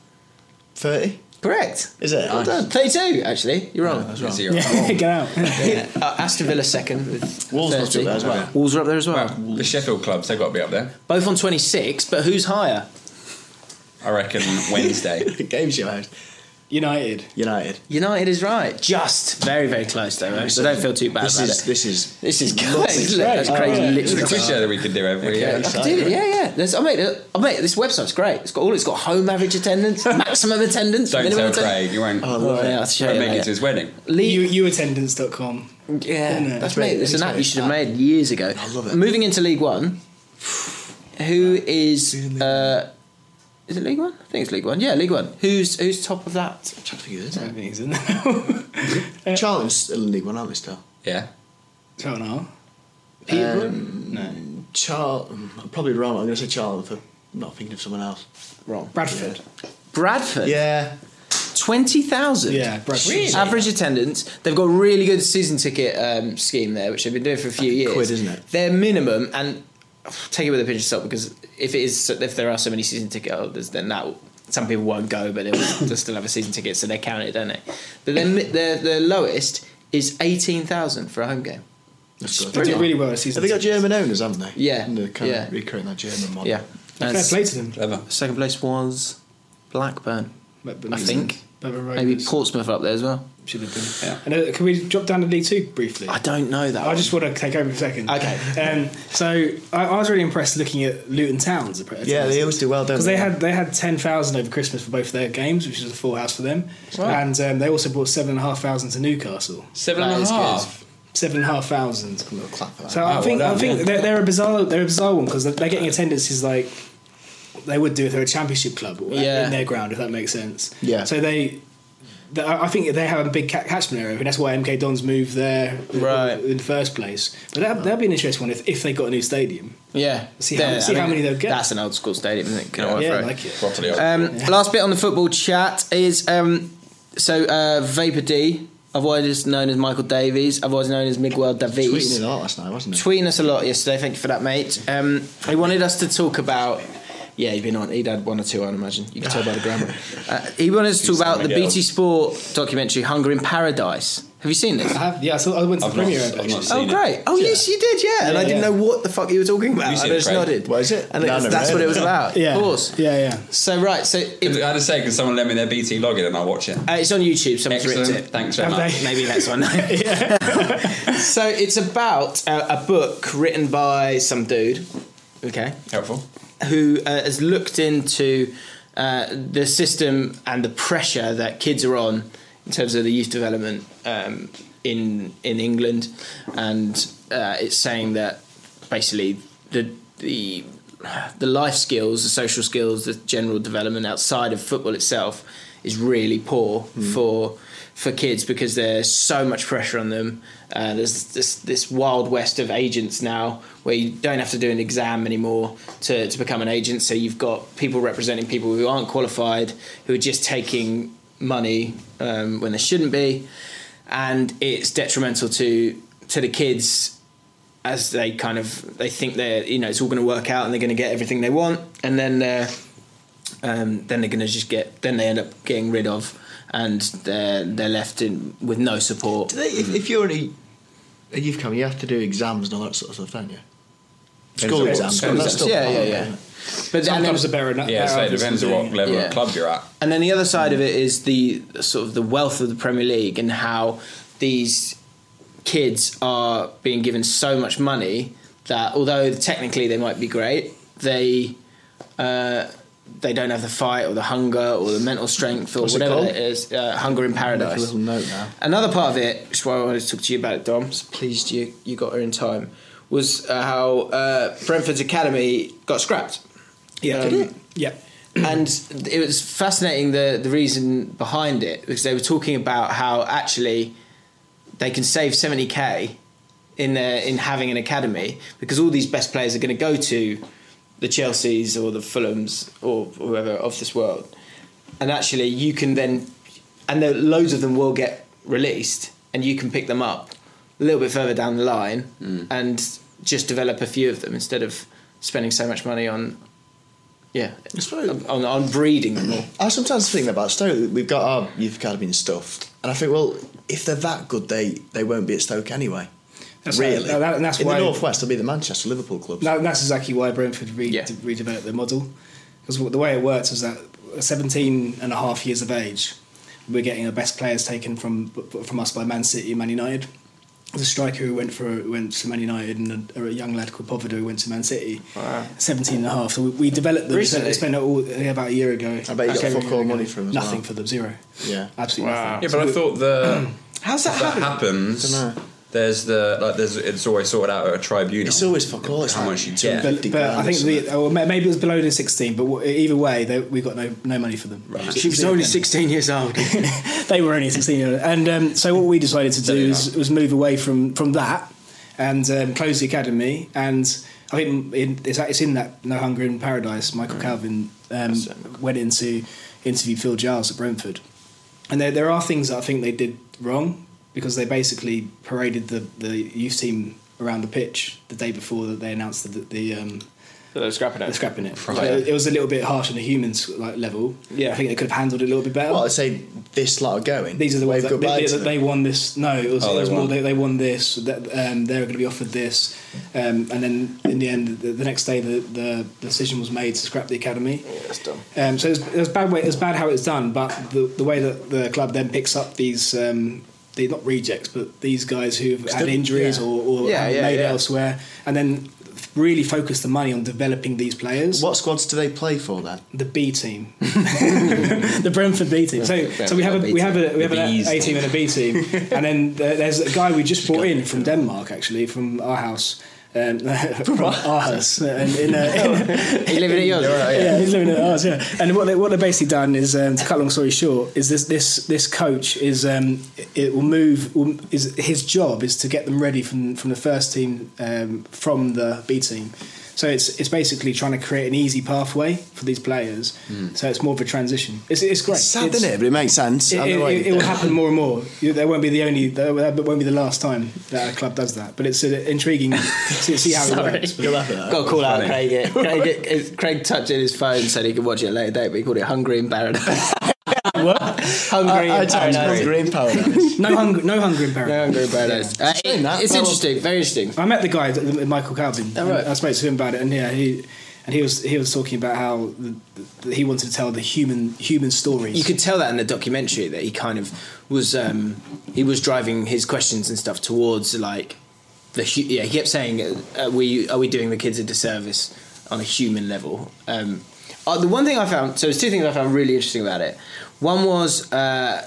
thirty.
Correct.
Is it?
Well done. Thirty-two. Actually, you're wrong.
Zero.
Get out.
(laughs) Uh, Aston Villa second. With
Wolves
30.
must be up there as well.
Wolves are up there as well.
The Sheffield clubs, they've got to be up there.
Both on twenty-six, but who's higher?
I
(laughs)
reckon Wednesday.
(laughs) Games you host.
United.
United.
United is right. Just very, very close though. Right? So don't feel too bad
This
about
is
it.
this is
This is
Look,
crazy.
it's
Look, That's
great.
crazy.
Oh, yeah.
It's a
Literally.
quiz show that we could do every year.
I could do it, yeah, yeah. There's, I mean, uh, I mean, this website's great. It's got all. It's got home average (laughs) attendance, maximum attendance,
Don't
minimum
tell
attendance.
Craig. You won't,
Oh, yeah, I'll
you
show
won't
you
make it
later.
to his wedding.
You, youattendance.com.
Yeah,
Isn't it?
that's
That's
mate.
really-
It's an
it's
app you
really
should have
fun.
made years ago. I
love it.
Moving into League One, who is uh, is it League One? I think it's League One. Yeah, League One. Who's who's top of that?
I'm trying to figure this out.
Everything's in there. (laughs)
Charlton's still in League One, aren't they still?
Yeah.
Twelve and a half.
Peterborough.
Charlton. I'm Um, probably wrong. I'm going to say Charlton for not thinking of someone else.
Wrong.
Bradford.
Bradford.
Yeah.
Twenty thousand.
Yeah, Bradford.
Average attendance. They've got a really good season ticket um, scheme there, which they've been doing for a few years.
quid, isn't it?
Their minimum, and take it with a pinch of salt, because if it is, if there are so many season ticket holders, then that will- some people won't go, but they'll, (coughs) they'll still have a season ticket, so they count it, don't they? But their mi- their, their lowest is eighteen thousand for a home game.
They did really well this season.
Have they got German owners, haven't they?
Yeah.
And they're kind
Yeah.
of recreating that German model.
Yeah. And
Fair play to them.
Clever.
second place was Blackburn.
Blackburn
I think.
Blackburn Rovers
Maybe Portsmouth up there as well.
should have been. And uh, can we drop down to League Two briefly?
I don't know that.
I
one.
just want to take over for a second.
Okay.
Um, so I, I was really impressed looking at Luton Town's.
Yeah, they always do well, don't
Because they
they?
had they had ten thousand over Christmas for both their games, which is a full house for them. And um, they also brought seven and a half thousand to Newcastle.
Seven and
That
a
is good.
half.
Seven and a half thousand.
A little clap for that. Oh,
So I
well
think
done,
I think
yeah.
they're, they're a bizarre they're a bizarre one because they're getting attendances like they would do if they're a championship club or
Yeah.
in their ground if that makes sense.
Yeah.
So they. they- I I think they have a big ca- catchment area, and that's why MK Dons moved there
Right.
in the first place. But that, that'd be an interesting one if, if they got a new stadium.
Yeah.
See how- see how many they'll get.
That's an old school stadium, isn't it? Can I work
yeah, I
for it?
like it.
Properly.
Um, Last bit on the football chat is um, so uh, Vapor D otherwise just known as Michael Davies, otherwise known as Miguel Davies.
Tweeting it a lot last night, wasn't it?
Tweeting us a lot yesterday. Thank you for that, mate. Um, he wanted us to talk about. Yeah, he'd been on. He'd had one or two, I imagine. You can tell by the grammar. Uh, he wanted us to talk
He's
about the
Miguel.
BT Sport documentary "Hunger in Paradise." Have you seen this? I
have. Yeah, I, saw, I went to
I've
the
not-
premiere.
I've not
actually.
seen it. Oh, great. Oh, yes, you did. Yeah, and I didn't know what the fuck you were talking about.
You
I
seen it,
just
Craig?
nodded. What is it? And it
No,
was-
no,
that's
no.
what it
(laughs)
was about.
Yeah.
Of course.
Yeah, yeah.
So right, so it,
I had to say because someone lent me their BT login and I watch it.
Uh, it's on YouTube. Someone's
Excellent.
ripped it.
Thanks very much.
Maybe next one. so it's about a, a book written by some dude. Okay.
(laughs) Helpful.
Who uh, has looked into uh, the system and the pressure that kids are on in terms of the youth development um, in in England, and uh, it's saying that basically the the the life skills, the social skills, the general development outside of football itself is really poor
Mm.
for for kids because there's so much pressure on them. Uh, there's this this wild west of agents now where you don't have to do an exam anymore to, to become an agent. So you've got people representing people who aren't qualified, who are just taking money um, when they shouldn't be, and it's detrimental to to the kids as they kind of they think they're you know it's all going to work out and they're going to get everything they want and then they're um, then they're going to just get then they end up getting rid of and they're they're left in with no support.
Do they, if, if you're a, a youth camp, you have to do exams and all that sort of stuff, don't you? School
Depends
exams.
on what
and
school
that's
exams.
still
Yeah,
part
yeah,
of it,
yeah.
isn't it?
But then-
Sometimes the better-
Yeah, so it depends on what level
Yeah.
of club you're at.
And then the other side of it is the sort of the wealth of the Premier League and how these kids are being given so much money that although technically they might be great, they uh, they don't have the fight or the hunger or the mental strength or
What's it
whatever
called?
it is. Uh, hunger in
Make a
Paradise.
little note now.
Another part of it, which is why I wanted to talk to you about it, Dom. So pleased you you got her in time. Was uh, how uh, Brentford's academy got scrapped.
Yeah.
Um,
Did it? Yeah.
and it was fascinating the the reason behind it because they were talking about how actually they can save 70k in their, in having an academy because all these best players are going to go to the Chelseas or the Fulhams or whoever of this world and actually you can then and there, loads of them will get released and you can pick them up a little bit further down the line and just develop a few of them instead of spending so much money on yeah on, on breeding them all
I sometimes think about Stoke. that We've got our youth academy and stuff, and I think, well, if they're that good, they they won't be at Stoke anyway.
That's
really,
right. No, that- and that's
in
why-
the northwest, they'll be the Manchester Liverpool clubs.
No, and that's exactly why Brentford re- de- redeveloped the model. Because the way it works is that at 17 and a half years of age, we're getting the best players taken from from us by Man City, Man United. There's a striker who went for went to Man United, and a, a young lad called Poveda who went to Man City. 17 and a half. So we, we developed them.
Recently?
We spent it all yeah, about a year ago.
I bet you got
Okay,
fuck
here
all
we go.
money from them as
Nothing
well.
for them. Zero.
Yeah,
absolutely nothing.
Yeah, but I thought the
(clears throat) how's
that, happens. There's the like there's it's always sorted out at a tribunal. It's
always fuck all. It's
how much you get.
But, but I think the, or ma- maybe it was below the 16, but w- either way, they, we got no, no money for them.
she was only 16 years old
(laughs) they were only 16 year old. and um, so what we decided to do is, was move away from from that and um, close the academy and I think in, it's, it's in that No Hunger in Paradise Michael Calvin um, went in to interview Phil Giles at Brentford and there, there are things that I think they did wrong because they basically paraded the, the youth team around the pitch the day before that they announced the, the um,
so they're scrapping it
they're scrapping it.
Right.
So it it was a little bit harsh on the humans like level.
Yeah.
I think they could have handled it a little bit better. Well, I'd
say this lot are going.
These are the ones
Wave
that,
goodbye
they,
to
that
them.
they won this. No, it was,
Oh,
it
they
was more
won.
they, they won this. That, um, they were going to be offered this, um, and then in the end, the, the next day, the, the decision was made to scrap the academy.
that's dumb
Um, so it's, it's bad way. It's bad how it's done, but the, the way that the club then picks up these. Um, they're not rejects, but these guys who've had
they-
injuries
yeah.
or, or
Yeah,
have
yeah,
made
yeah.
elsewhere, and then really focus the money on developing these players.
What squads do they play for then?
The B team, the Brentford B team. So,
Brentford
so we have a
B
we have a
team.
we have
The
an
Bs
A team and a B team, and then there- there's a guy we just brought in from Denmark, actually, from our house. Um, (laughs) from our house, uh, in, in, uh, in,
Are you living at yours?
yeah, he's living at ours. Yeah, and what they what they've basically done is, um, to cut a long story short, is this this this coach is um, it will move will, is his job is to get them ready from from the first team um, from the B team. So it's it's basically trying to create an easy pathway for these players. So it's more of a transition. It's, it's great.
It's Hmm. sad,
It's-
isn't it? But it makes sense.
It,
Either
it-
way.
it- it will happen more and more. You- That won't be the only. That won't be the last time that a club does that. But it's an intriguing to see how
Sorry.
it works.
Got to call out Craig.
(laughs)
here. Craig, is- Craig touched in his phone and said he could watch it at a later date, but he called it Hungry in
(laughs)
Paradise. Hungry
I- I
in
typed
Paradise.
Hungry in Paradise.
no hunger. No hunger in paradise.
No hunger in paradise. Uh, it- it's interesting. Very interesting.
I met the guy, th- th- Michael Calvin.
Oh, right.
I spoke to him about it, and yeah, he and he was he was talking about how the, the, he wanted to tell the human human stories.
You could tell that in the documentary that he kind of was um, he was driving his questions and stuff towards like the hu- yeah he kept saying uh, are we are we doing the kids a disservice on a human level. Um, uh, the one thing I found so there's two things I found really interesting about it. One was uh,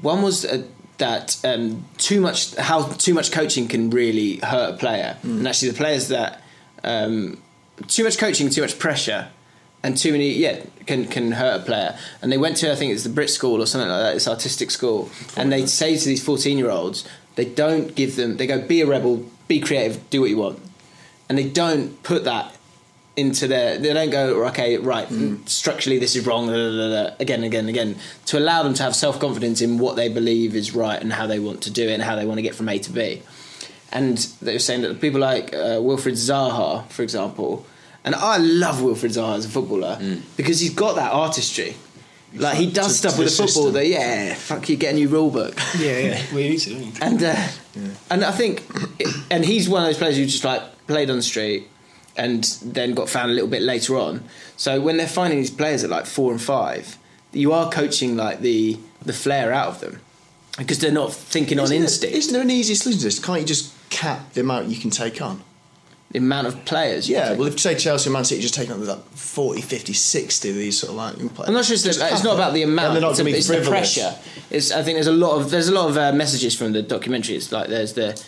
one was uh, that um, too much how too much coaching can really hurt a player, and actually the players that um, too much coaching, too much pressure, and too many yeah can can hurt a player. And they went to I think it's the Brit school or something like that. It's artistic school, and they say to these fourteen year olds, they don't give them. They go be a rebel, be creative, do what you want, and they don't put that into their. They don't go okay, right. Structurally, this is wrong. Da, da, da, da, again, again, again. To allow them to have self confidence in what they believe is right and how they want to do it and how they want to get from A to B and they were saying that people like uh, Wilfred Zaha, for example, and I love Wilfred Zaha as a footballer because he's got that artistry. Like he does
To-
stuff
to
with
the
the
system.
football that yeah, fuck you, get a new rule book.
yeah, yeah. (laughs) Well, you need to. don't you?
And uh, and I think, and he's one of those players who just like played on the street and then got found a little bit later on. So when they're finding these players at like four and five, you are coaching like the the flair out of them because they're not thinking on
Isn't there-
instinct.
Isn't there an easy solution to this? Can't you just cap the amount you can take on?
the amount of players. you
Yeah,
take.
well, if say Chelsea and Man City just taking on like 40, 50, 60 of these sort of like young players.
I'm not sure it's, the,
cap
it's not
it.
about the amount.
And they're not
it's
gonna be
it's the
frivolous.
pressure. It's, I think there's a lot of there's a lot of uh, messages from the documentary. It's like there's the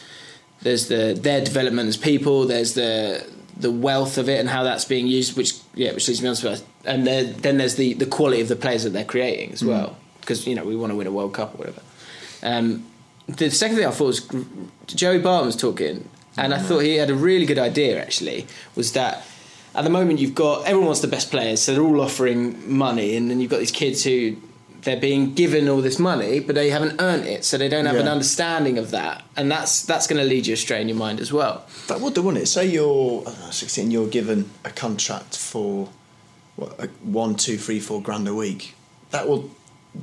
there's the their development as people. There's the the wealth of it and how that's being used. Which yeah, which leads me on to us. And then then there's the the quality of the players that they're creating
Mm.
as well. Because you know we want to win a World Cup or whatever. Um, the second thing I thought was gr- Joey Barton was talking, and I thought he had a really good idea. Actually, was that at the moment you've got everyone wants the best players, so they're all offering money, and then you've got these kids who they're being given all this money, but they haven't earned it, so they don't have an
Yeah.
understanding of that, and that's that's going to lead you astray in your mind as well.
That would do, wouldn't it? Say you're I don't know, 16, you're given a contract for what, a one, two, three, four grand a week. That will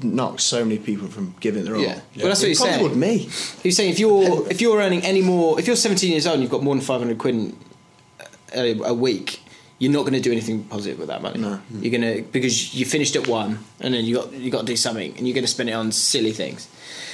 knock so many people from giving their all.
Yeah. Well, that's what
It
he's
probably
saying.
would me.
He's saying if you're if you're earning any more, if you're 17 years old and you've got more than 500 quid a, a week, you're not going to do anything positive with that money.
No.
You're gonna because you finished at one, and then you got you got to do something, and you're going to spend it on silly things.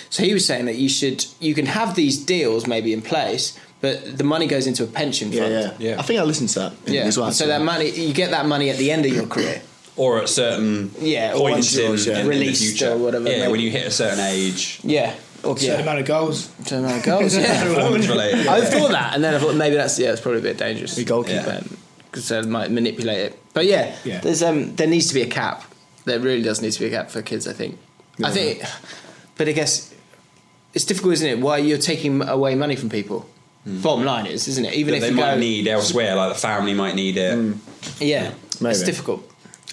So he was saying that you should you can have these deals maybe in place, but the money goes into a pension
Yeah,
fund.
yeah, I think I listened to that. in-
Yeah.
as well.
so that money you get that money at the end of your career.
or at certain
Yeah, or once
points in,
you're
in- in the
released
future
or whatever.
Yeah, when you hit a certain age,
Yeah. Or,
Certain
yeah.
amount of goals.
Certain amount of
(laughs)
goals. (laughs)
(laughs)
Yeah.
performance related.
I thought that, and then I thought maybe that's yeah, it's probably a bit dangerous. The
goalkeeper.
because they might manipulate it. But yeah,
Yeah.
there's um, there needs to be a cap. There really does need to be a cap for kids. I think. I think, but I guess it's difficult, isn't it? Why you're taking away money from people? Bottom line is, isn't it? Even
Hmm. that
if
they
you
might
go, Mm.
need elsewhere, like the family might need it.
yeah, it's
Maybe.
difficult.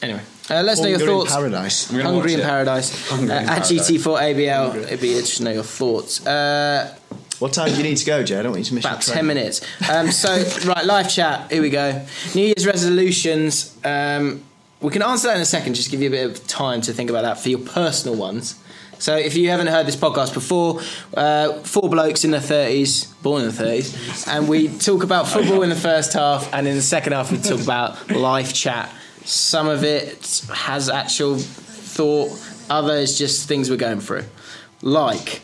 Anyway, uh, let's know
Hunger
your
in
thoughts.
Paradise.
gonna
Hungry
watch
in
it.
Paradise.
Hungry
uh,
in
at
Paradise.
GT4ABL, it'd be interesting to know your thoughts. Uh,
What time do you need to go, Jay? I don't want you to miss
about
your
10
train.
minutes. Um, so, (laughs) right, live chat. Here we go. New Year's resolutions. Um, we can answer that in a second, just give you a bit of time to think about that for your personal ones. So, if you haven't heard this podcast before, uh, four blokes in their 30s, born in the 30s, and we talk about football in the first half, and in the second half, we talk about live chat. Some of it has actual thought, others just things we're going through. Like,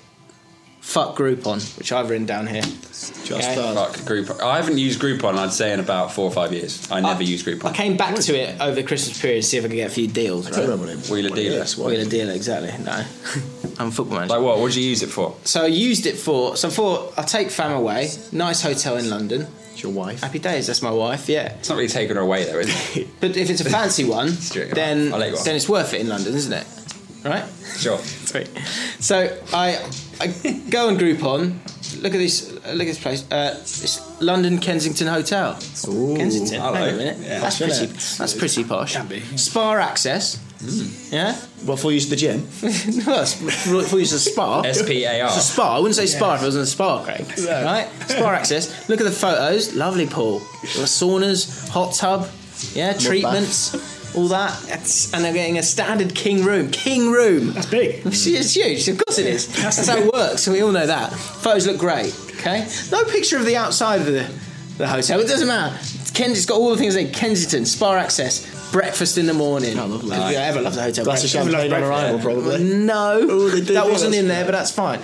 fuck Groupon, which I've written down here.
Just
Okay.
that.
Fuck Groupon. I haven't used Groupon. I'd say in about four or five years.
Oh,
I never use Groupon.
I came back to it over the Christmas period to see if I could get a few deals.
I don't
Right?
remember him.
Wheeler dealer.
Wheel a deal, exactly. No, (laughs) I'm a football manager.
Like what? What'd you use it for?
so I used it for. So I thought I'll take fam away. Nice hotel in London.
It's your
(laughs)
wife.
Happy days. That's my wife. Yeah.
It's not really
(laughs)
taking her away though, is it?
But if it's a fancy
(laughs)
one,
Straight up.
then
I'll let you off.
then it's worth it in London, isn't it? right?
Sure.
Sweet. So I, I go on Groupon. Look at this. Look at this place. Uh, it's London Kensington Hotel. Kensington.
hello.
Hang on a minute.
Yeah. Posh,
That's pretty.
isn't it?
That's pretty posh. Spa access. Yeah.
What for? Use the gym.
(laughs) no, it's for for use as a spa.
S-P-A-R.
It's a spa. I wouldn't say spa if it wasn't a spa, Craig.
No.
Right? Spa access. Look at the photos. Lovely pool. The saunas, hot tub, yeah,
Mud
treatments, all that. That's, and they're getting a standard king room. King room. That's big. It's, it's huge. Of course it is. That's how it works. So we all know that. Photos look great. Okay. No picture of the outside of the, the hotel. It doesn't matter. Kens, it's got all the things like Kensington, spa access, breakfast in the morning. I love
that.
Yeah, ever loved the hotel.
That's a
breakfast.
champagne on arrival, probably.
(laughs) No, that
do
wasn't
that.
in there, but that's fine.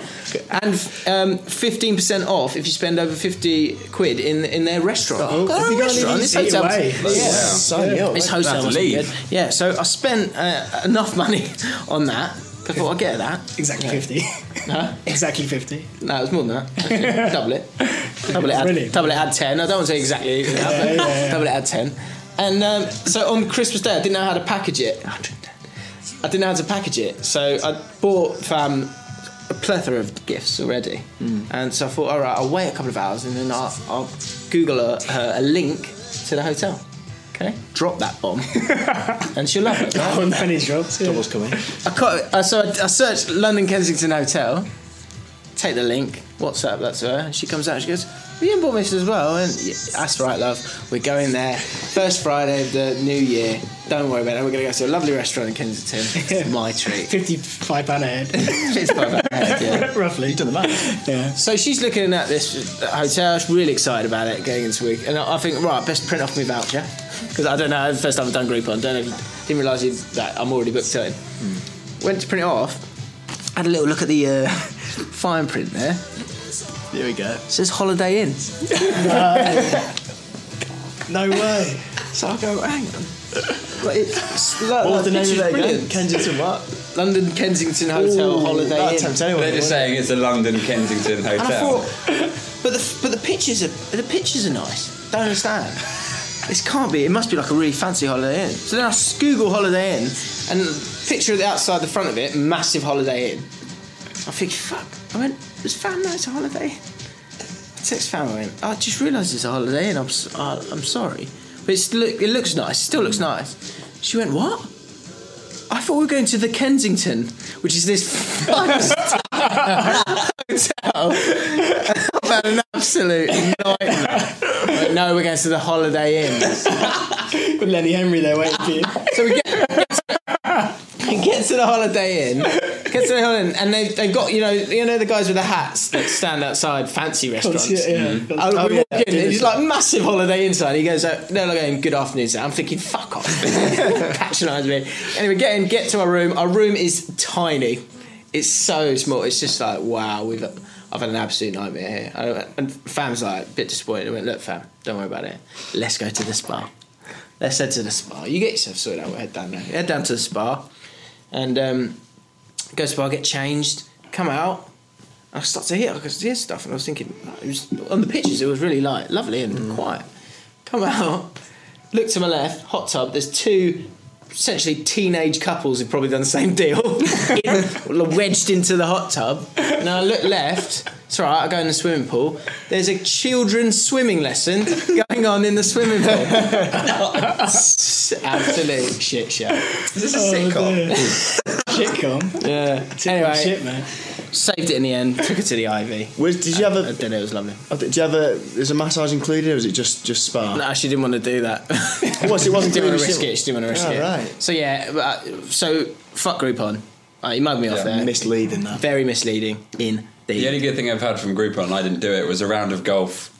And um, fifteen percent off if you spend over fifty quid in in their restaurant.
Oh,
Got
if
a
you go and
restaurant,
eat
this
it
hotel,
away.
yeah,
Bloody hell. Sign me up.
this
Don't have
hotel
to
wasn't
leave.
good. Yeah, so I spent uh, enough money (laughs) on that. I thought I'd get that.
Exactly
Yeah.
50.
Huh?
Exactly 50.
No, it was more than that.
(laughs)
Actually, double it. Double it, add,
Brilliant.
double it, add 10. I don't want to say exactly.
Yeah, yeah, yeah.
Double it, add 10. And um, so on Christmas Day, I didn't know how to package it. I didn't know how to package it. So I bought fam a plethora of gifts already.
Hmm.
And so I thought, all right, I'll wait a couple of hours and then I'll, I'll Google her, her a link to the hotel. Okay? Drop that
(laughs)
bomb. and she'll love it. right?
Oh, and pennies dropped. Yeah.
Double's coming.
I, can't, I, so I, I searched London Kensington Hotel, take the link, WhatsApp that to her, and she comes out and she goes, Have you bought this as well? And yeah, that's right, love. We're going there. First Friday of the new year. Don't worry about it. We're going to go to a lovely restaurant in Kensington. It's my treat.
55 pound a head.
It's perfect. Yeah.
Roughly. You've done the math. Yeah.
So she's looking at this hotel. She's really excited about it going into the week, and I I think right, best print off me voucher because I don't know. it's the First time I've done Groupon, don't know. if you- Didn't realise you- that I'm already booked in.
Hmm.
Went to print it off. Had a little look at the uh, (laughs) fine print there.
There we go.
It says Holiday Inn.
No way.
So I go, hang on. But it's, look,
What was the name of
the picture's
that again?
brilliant.
Kensington what?
London Kensington Hotel
Ooh,
Holiday
that'd
Inn.
tempt anyone,
They're just
wouldn't
saying it's a London Kensington
And I
hotel.
thought, (coughs) but the but the pictures are but the pictures are nice. Don't understand. This can't be. It must be like a really fancy Holiday Inn. So then I Google Holiday Inn and picture of the outside, the front of it, massive Holiday Inn. I think fuck. I went, was fam that's a Holiday Inn? I text fam. I went, I just realised it's a Holiday Inn. I'm s- I, am sorry, but it's look it looks nice. It still looks nice. She went, what? I thought we were going to the Kensington, which is this hotel. I've had an absolute nightmare. But no, we're going to the Holiday
(laughs)
Inn.
With Lenny Henry there waiting for you.
So we get, get, (laughs) to, we get to the Holiday Inn, get to the Holiday Inn, and they've, they've got you know you know the guys with the hats that stand outside fancy restaurants.
yeah, yeah.
I,
Oh,
we
yeah,
walk in,
dinner's
it's like massive holiday inside. He goes, uh, no, no, going, good afternoon, sir. I'm thinking, fuck off. (laughs) Patronise me. Anyway, get in, get to our room. Our room is tiny. It's so small. It's just like, wow, we've I've had an absolute nightmare here. I, and fam's like, a bit disappointed. I went, look, fam, don't worry about it. Let's go to the spa. Let's head to the spa. You get yourself sorted out. We'll head down there. Head down to the spa. And um, go to the bar, get changed, come out. I start to hear, I could hear stuff, and I was thinking, it was, on the pictures, it was really like lovely and quiet. Come out, look to my left, hot tub. There's two essentially teenage couples who've probably done the same deal, (laughs) in- wedged into the hot tub. And I look left. It's all right. I go in the swimming pool. There's a children's swimming lesson going on in the swimming pool. (laughs) Absolute shit show.
Is this a sitcom? (laughs)
Shitcom.
Yeah.
Anyway.
Anyway,
Shit, man.
saved it in the end. (laughs) Took it to the IV.
Where's, did you have
I
a?
don't know. It was lovely.
oh, Did you have a? Is a massage included, or was it just just spa?
No, she didn't want to do that.
What, she wasn't
didn't want to
doing
risk
it?
it. She didn't want to risk
Oh,
it.
right.
So yeah, but, uh, so fuck Groupon. Uh, you mugged me off there.
Misleading that.
Very misleading. In
The only good thing I've had from Groupon, and I didn't do it, was a round of golf.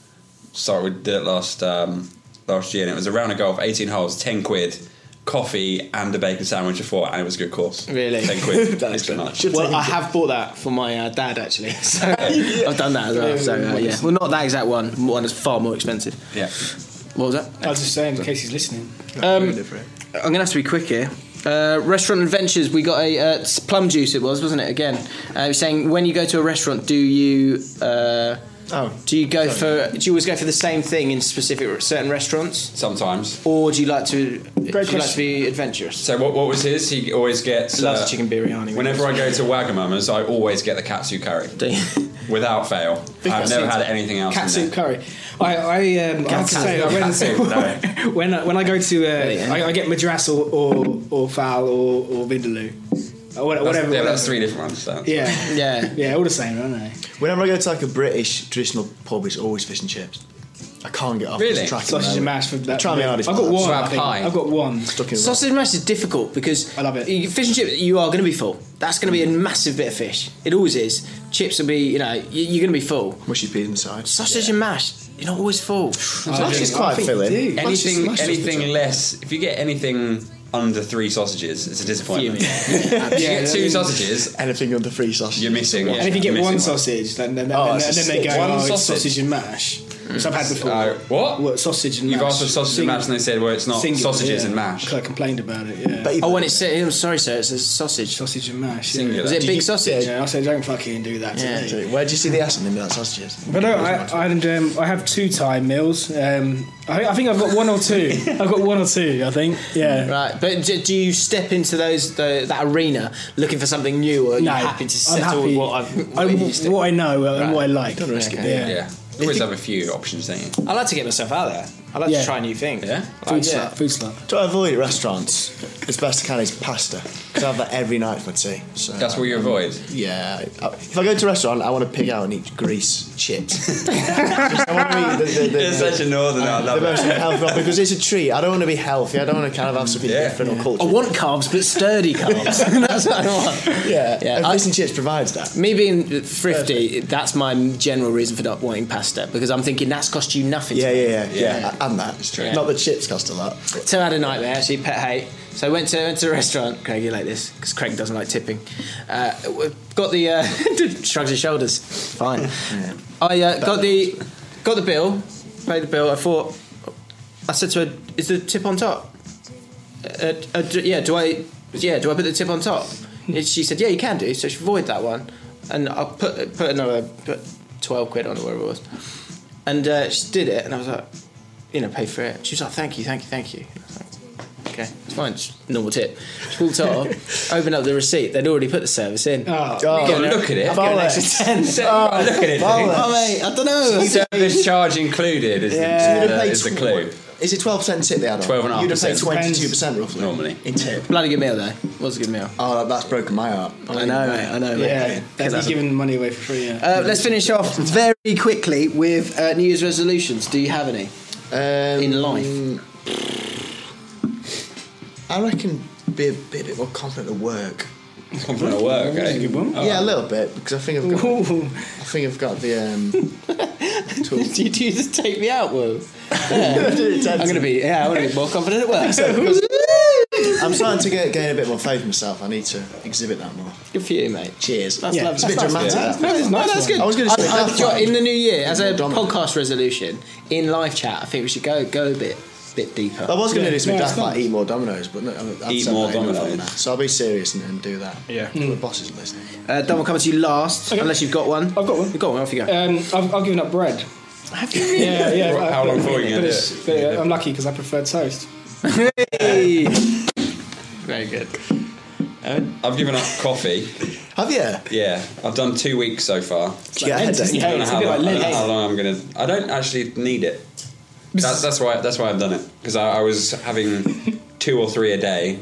Sorry, we did it last um, last year, and it was a round of golf, eighteen holes, ten quid, coffee, and a bacon sandwich before, and it was a good course.
Really?
ten quid,
That
thanks
is
very
good.
much.
Should
well,
take
I
it.
have bought that for my uh, dad actually. (laughs) So I've done that as well. So uh, yeah, well not that exact one. One is far more expensive.
Yeah,
What was that?
I was just saying, in case he's listening.
I'm gonna have to be quick here. Uh, restaurant adventures. We got a uh, plum juice. It was, wasn't it? Again, uh, he was saying when you go to a restaurant, do you uh, Oh, do you go for? Do you always go for the same thing in specific certain restaurants?
Sometimes.
Or do you like to? do you like to
question.
be adventurous?
So what, what was his? He always gets uh,
Loves chicken biryani.
Whenever I go to Wagamama's, I always get the katsu curry. Without fail. I've never had anything else.
Cat
in
soup
there.
curry. I, I, um, I
(laughs)
have to
Cat
say,
soup.
when,
Cat soup, no.
when, I, when I go to, uh, I, I get madras or, or, or fowl or, or vindaloo. Or wha-
That's-
whatever.
yeah,
whatever.
that's three different ones. so.
Yeah.
yeah.
Yeah, all the same, aren't they?
Whenever I go to like a British traditional pub, it's always fish and chips. I can't get off
Really?
this track. at the
Sausage and
moment.
mash for that-
Try my hardest.
I've got
lads.
one, I think. Pie. I've got
one.
Stuck in the
Sausage and mash is difficult because I love it. Fish and chips, you are going to be full. That's going to be a massive bit of fish. It always is. Chips will be, you know, you- you're going to be full.
Mushy peas inside.
Sausage and mash, you're not always full.
Mash is quite filling.
Anything, anything less. If you get anything under three sausages, it's a disappointment. (laughs) if you get two sausages,
anything under three sausages,
you're missing.
and if you
you're
get
missing
one sausage, then, then, then,
Oh,
then,
it's a
then they go,
stick. One
oh, it's
sausage.
sausage and mash. Which I've had before.
Uh, what?
sausage and
You've
mash.
asked for sausage and
Singular.
mash, and they said, well, it's not
Singular,
sausages
yeah.
and mash.
'Cause I complained about it, yeah.
Oh, and it's I'm sorry, sir. It's a sausage.
Sausage and mash.
Is it a big sausage?
Yeah, I said, don't fucking do that to
Yeah.
me.
So
Where do you see the ass in them that sausages?
But no, I, I, and, um, I have two time meals. Um, I, I think I've got one or two.
(laughs)
I've got one or two, I think. Yeah.
Right, but do, do you step into those tho- that arena looking for something new, or are you happy to
I'm
settle
happy.
with what I've?
I-
what you
what,
stick-
I know uh, and what I like.
Don't risk it,
Okay.
yeah.
Yeah. You always have a few options, don't you?
I like to get myself out there. I like
Yeah.
to try new things.
Yeah?
like,
Food
yeah.
slut,
Food slut.
To avoid at restaurants, as best I can is pasta because I have that every night for my tea. So
That's what you avoid.
Yeah, I- if I go to a restaurant, I want to pig out and eat grease chips. (laughs) Just, I want to eat the, the, the,
It's such a northern. I
the
love
most
it.
unhealthy one, because it's a treat. I don't want to be healthy. I don't want to kind of have something different or
I
cultural.
want carbs, but sturdy carbs. (laughs) that's what I want.
Yeah,
Yeah,
And
I-
fish and chips provides that.
Me being thrifty, that's my general reason for not wanting pasta because I'm thinking that's cost you nothing.
Yeah,
today.
yeah, yeah, yeah, And that. It's
true.
Not the chips cost a lot. but-
So I had a nightmare, actually, pet hate. So I went to, went to a restaurant, Craig, you like this, because Craig doesn't like tipping. Uh, got the, uh, (laughs) shrugs his shoulders, fine. I uh, got the got the bill, paid the bill. I thought, I said to her, is the tip on top? Uh, uh, do- yeah, do I, yeah, do I put the tip on top? And she said, yeah, you can do. So she void that one. And I put, put another, put 12 quid on or whatever it was. And uh, she did it, and I was like, you know, pay for it. She was like, thank you, thank you, thank you. I was like, Okay, it's fine, it's normal tip. She walked off, opened up the receipt, they'd already put the service in. Oh,
Oh, look at it.
I've got an extra
Bollocks.
10.
Oh, (laughs) look at it, bollocks.
Oh, mate, I don't know.
Service charge included is,
Yeah.
the, is, the, is the clue.
Is it twelve percent tip they had on?
12.5%.
You'd have paid twenty-two percent roughly
Normally.
in tip.
Bloody good meal, though. Was a good meal.
Oh, that's broken my heart.
I know, mate, I know, mate.
Yeah, they'd be giving money away for free. Yeah.
Uh, let's finish off very quickly with uh, New Year's resolutions. Do you have any
Um,
in life?
I reckon be a bit, bit more confident at work.
Confident at work, eh?
yeah, a little bit because I think I've got.
Ooh.
I think I've got the.
(laughs)
Um, tools.
Do you, do you just take me out, Will?
I'm
I'm gonna be yeah, I want to be more confident at work.
I'm starting to get, gain a bit more faith in myself. I need to exhibit that more.
Good for you, mate.
Cheers.
That's
yeah,
lovely.
It's a bit
That's
dramatic.
nice. That is nice. That's good.
I was going to say
I-
that
do you know,
one.
in the new year as a
More dominant.
podcast resolution in live chat. I think we should go go a bit bit deeper.
I was going to do some
Yeah,
daft
it's
like eat more Dominoes, but no, I'm,
Eat more Dominoes.
So I'll be serious and, and do that. Yeah, the boss isn't listening.
Uh, Dom will come to you last
Okay.
unless you've got one. I've
got one.
You've got one. Off you go.
Um, I've, I've given up bread.
Have you really?
Yeah, yeah.
Right, how long for you gonna
But
do
it's-
it?
but, uh, I'm lucky because I prefer toast.
Hey. Very good.
I've given up coffee.
Have you? Do
Yeah, I've done two weeks so far.
you get a headache?
I don't know
it's a
how
bit
long, I
like
don't know
Lent.
how long I'm gonna. I don't actually need it. That, that's why. That's why I've done it because I, I was having two or three a day,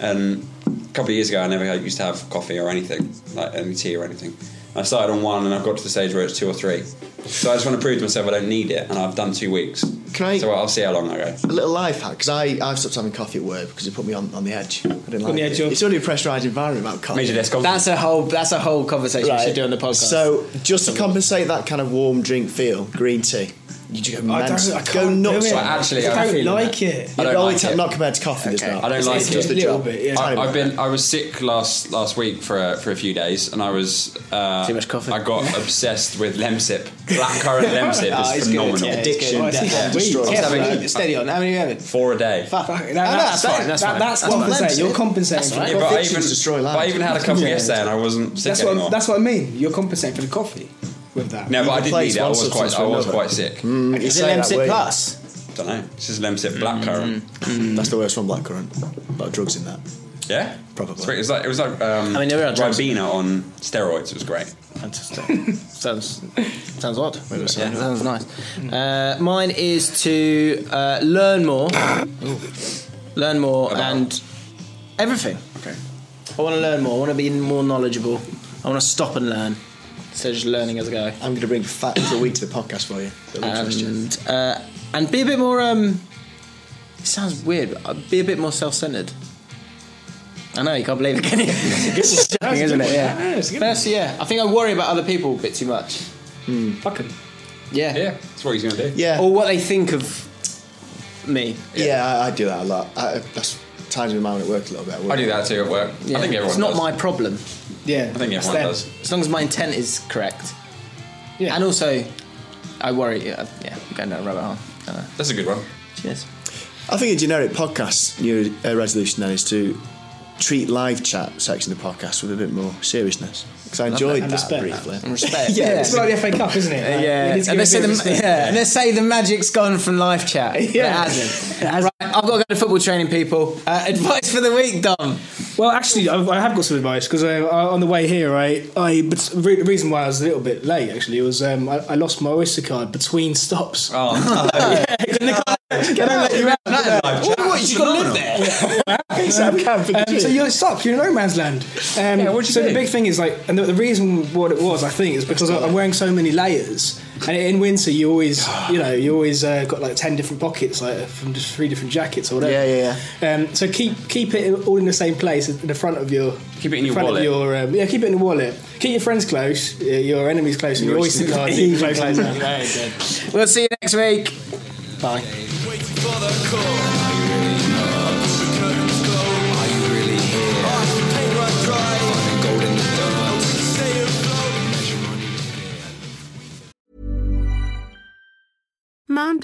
and a couple of years ago I never had- used to have coffee or anything, like any tea or anything. I started on one and I've got to the stage where it's two or three. So I just want to prove to myself I don't need it, and I've done two weeks.
Can I-
So I'll see how long I go.
A little life hack because I I've stopped having coffee at work because it put me on, on the edge. I didn't like
the
it.
edge of-
It's already a pressurised environment about coffee.
Made your desk conference.
That's a whole that's a whole conversation we should do on the podcast.
So just to compensate that kind of warm drink feel, green tea. You just go
I
mad.
don't- I
Go
can't do
nuts.
it.
Well, actually,
I
I'm
don't
feeling
like
it.
it.
I don't
The only
like
time-
it.
not compared to coffee. There's
Okay.
not.
I don't like
just
it.
the
Little
job.
bit, yeah.
Tiny
I, I've
bit.
been. I was sick last last week for a, for a few days, and I was. Uh,
Too much coffee.
I got obsessed with Lemsip. Blackcurrant Lemsip is
Ah, it's good.
phenomenal.
Yeah, it's good.
Addiction.
Oh, I see.
Yeah.
Wait,
Destroys.
yeah.
Careful,
Having-
though. steady on. How many are you having?
Four a day.
Fuck.
Fuck, no,
No,
that's,
that's
that-
fine, that's
that-
fine.
That's,
That's
compensating.
fine.
You're compensating.
That's
for
right.
the
Yeah, but I
Addictions
even,
destroy
but
lives.
I even had a couple
Yeah.
yesterday, and I wasn't sick
That's
anymore.
what, that's what I mean. You're compensating for the coffee. with that.
No,
You
but I did
replace
need it. I
one
was
substance
quite,
with
I was
another.
quite sick.
Hmm.
Mm, Is it say that Lemsip way. Plus?
Don't know. This is Lemsip Blackcurrant.
Mm. That's the worst one, blackcurrant. A lot of drugs in that.
Yeah,
Probably.
It's very- It was like it was like um,
I mean, they were on drugs.
Ribena on steroids. It was great.
Fantastic. sounds sounds odd.
Maybe it's
yeah,
not.
sounds nice. Uh, mine is to uh, learn more, learn more, and everything.
Okay.
I want to learn more. I want to be more knowledgeable. I want to stop and learn instead of just learning as I go.
I'm going to bring fact of the week to the podcast for you. That'll
Um,
interest you.
and uh, and be a bit more. Um, it sounds weird. But uh, be a bit more self-centered. I know you can't believe it, can you?
(laughs)
it's just shocking,
That's a
isn't
good
it?
one.
Yeah.
Yeah, it's a good
But that's- yeah. I think I worry about other people a bit too much.
Hmm.
Fuck 'em. Yeah. Yeah. Oh,
That's what he's going to do.
Yeah.
Or what they think of me.
Yeah, I, I do that a lot. I, that's times with mine at work a little bit.
I do that too at work.
Yeah.
I think everyone.
It's not
does.
my problem. Yeah.
I think everyone does.
As long as my intent is correct. Yeah. And also, I worry. Yeah, yeah I'm going down a rabbit hole. I know.
That's a good one.
Cheers.
I think a generic podcast new uh, resolution then is to treat live chat section of the podcast with a bit more seriousness because I
Lovely.
enjoyed
And
that
respect.
briefly.
And respect. Uh,
Yeah, it's like the FA Cup, isn't it? Like,
yeah.
we need to
And they
give
say
it a bit
the,
of respect.
yeah, and they say the magic's gone from live chat. But
Yeah.
It
(laughs)
hasn't. Right, I've got to go to football training, people. Uh, advice for the week, Dom.
Well, actually, I, I have got some advice because I, I, on the way here, I, I but re- the reason why I was a little bit late actually was um, I, I lost my Oyster card between stops.
Oh,
yeah, couldn't they- couldn't they let you out?
Oh, what, you got to live there?
Um,
(laughs)
so you're stuck. You're in no man's land. Um, so the big thing is like, and the, the reason what it was, I think, is because I, am wearing so many layers, and in winter you always, you know, you always uh, got like ten different pockets, like from just three different jackets or whatever.
Yeah, yeah,
yeah. Um, so keep keep it all in the same place in the front of your.
Keep it in your
front
wallet.
Of your, um, yeah, keep it in the wallet. Keep your friends close, uh, your enemies close, and your oyster card even closer.
We'll see you next week. Bye.
Mom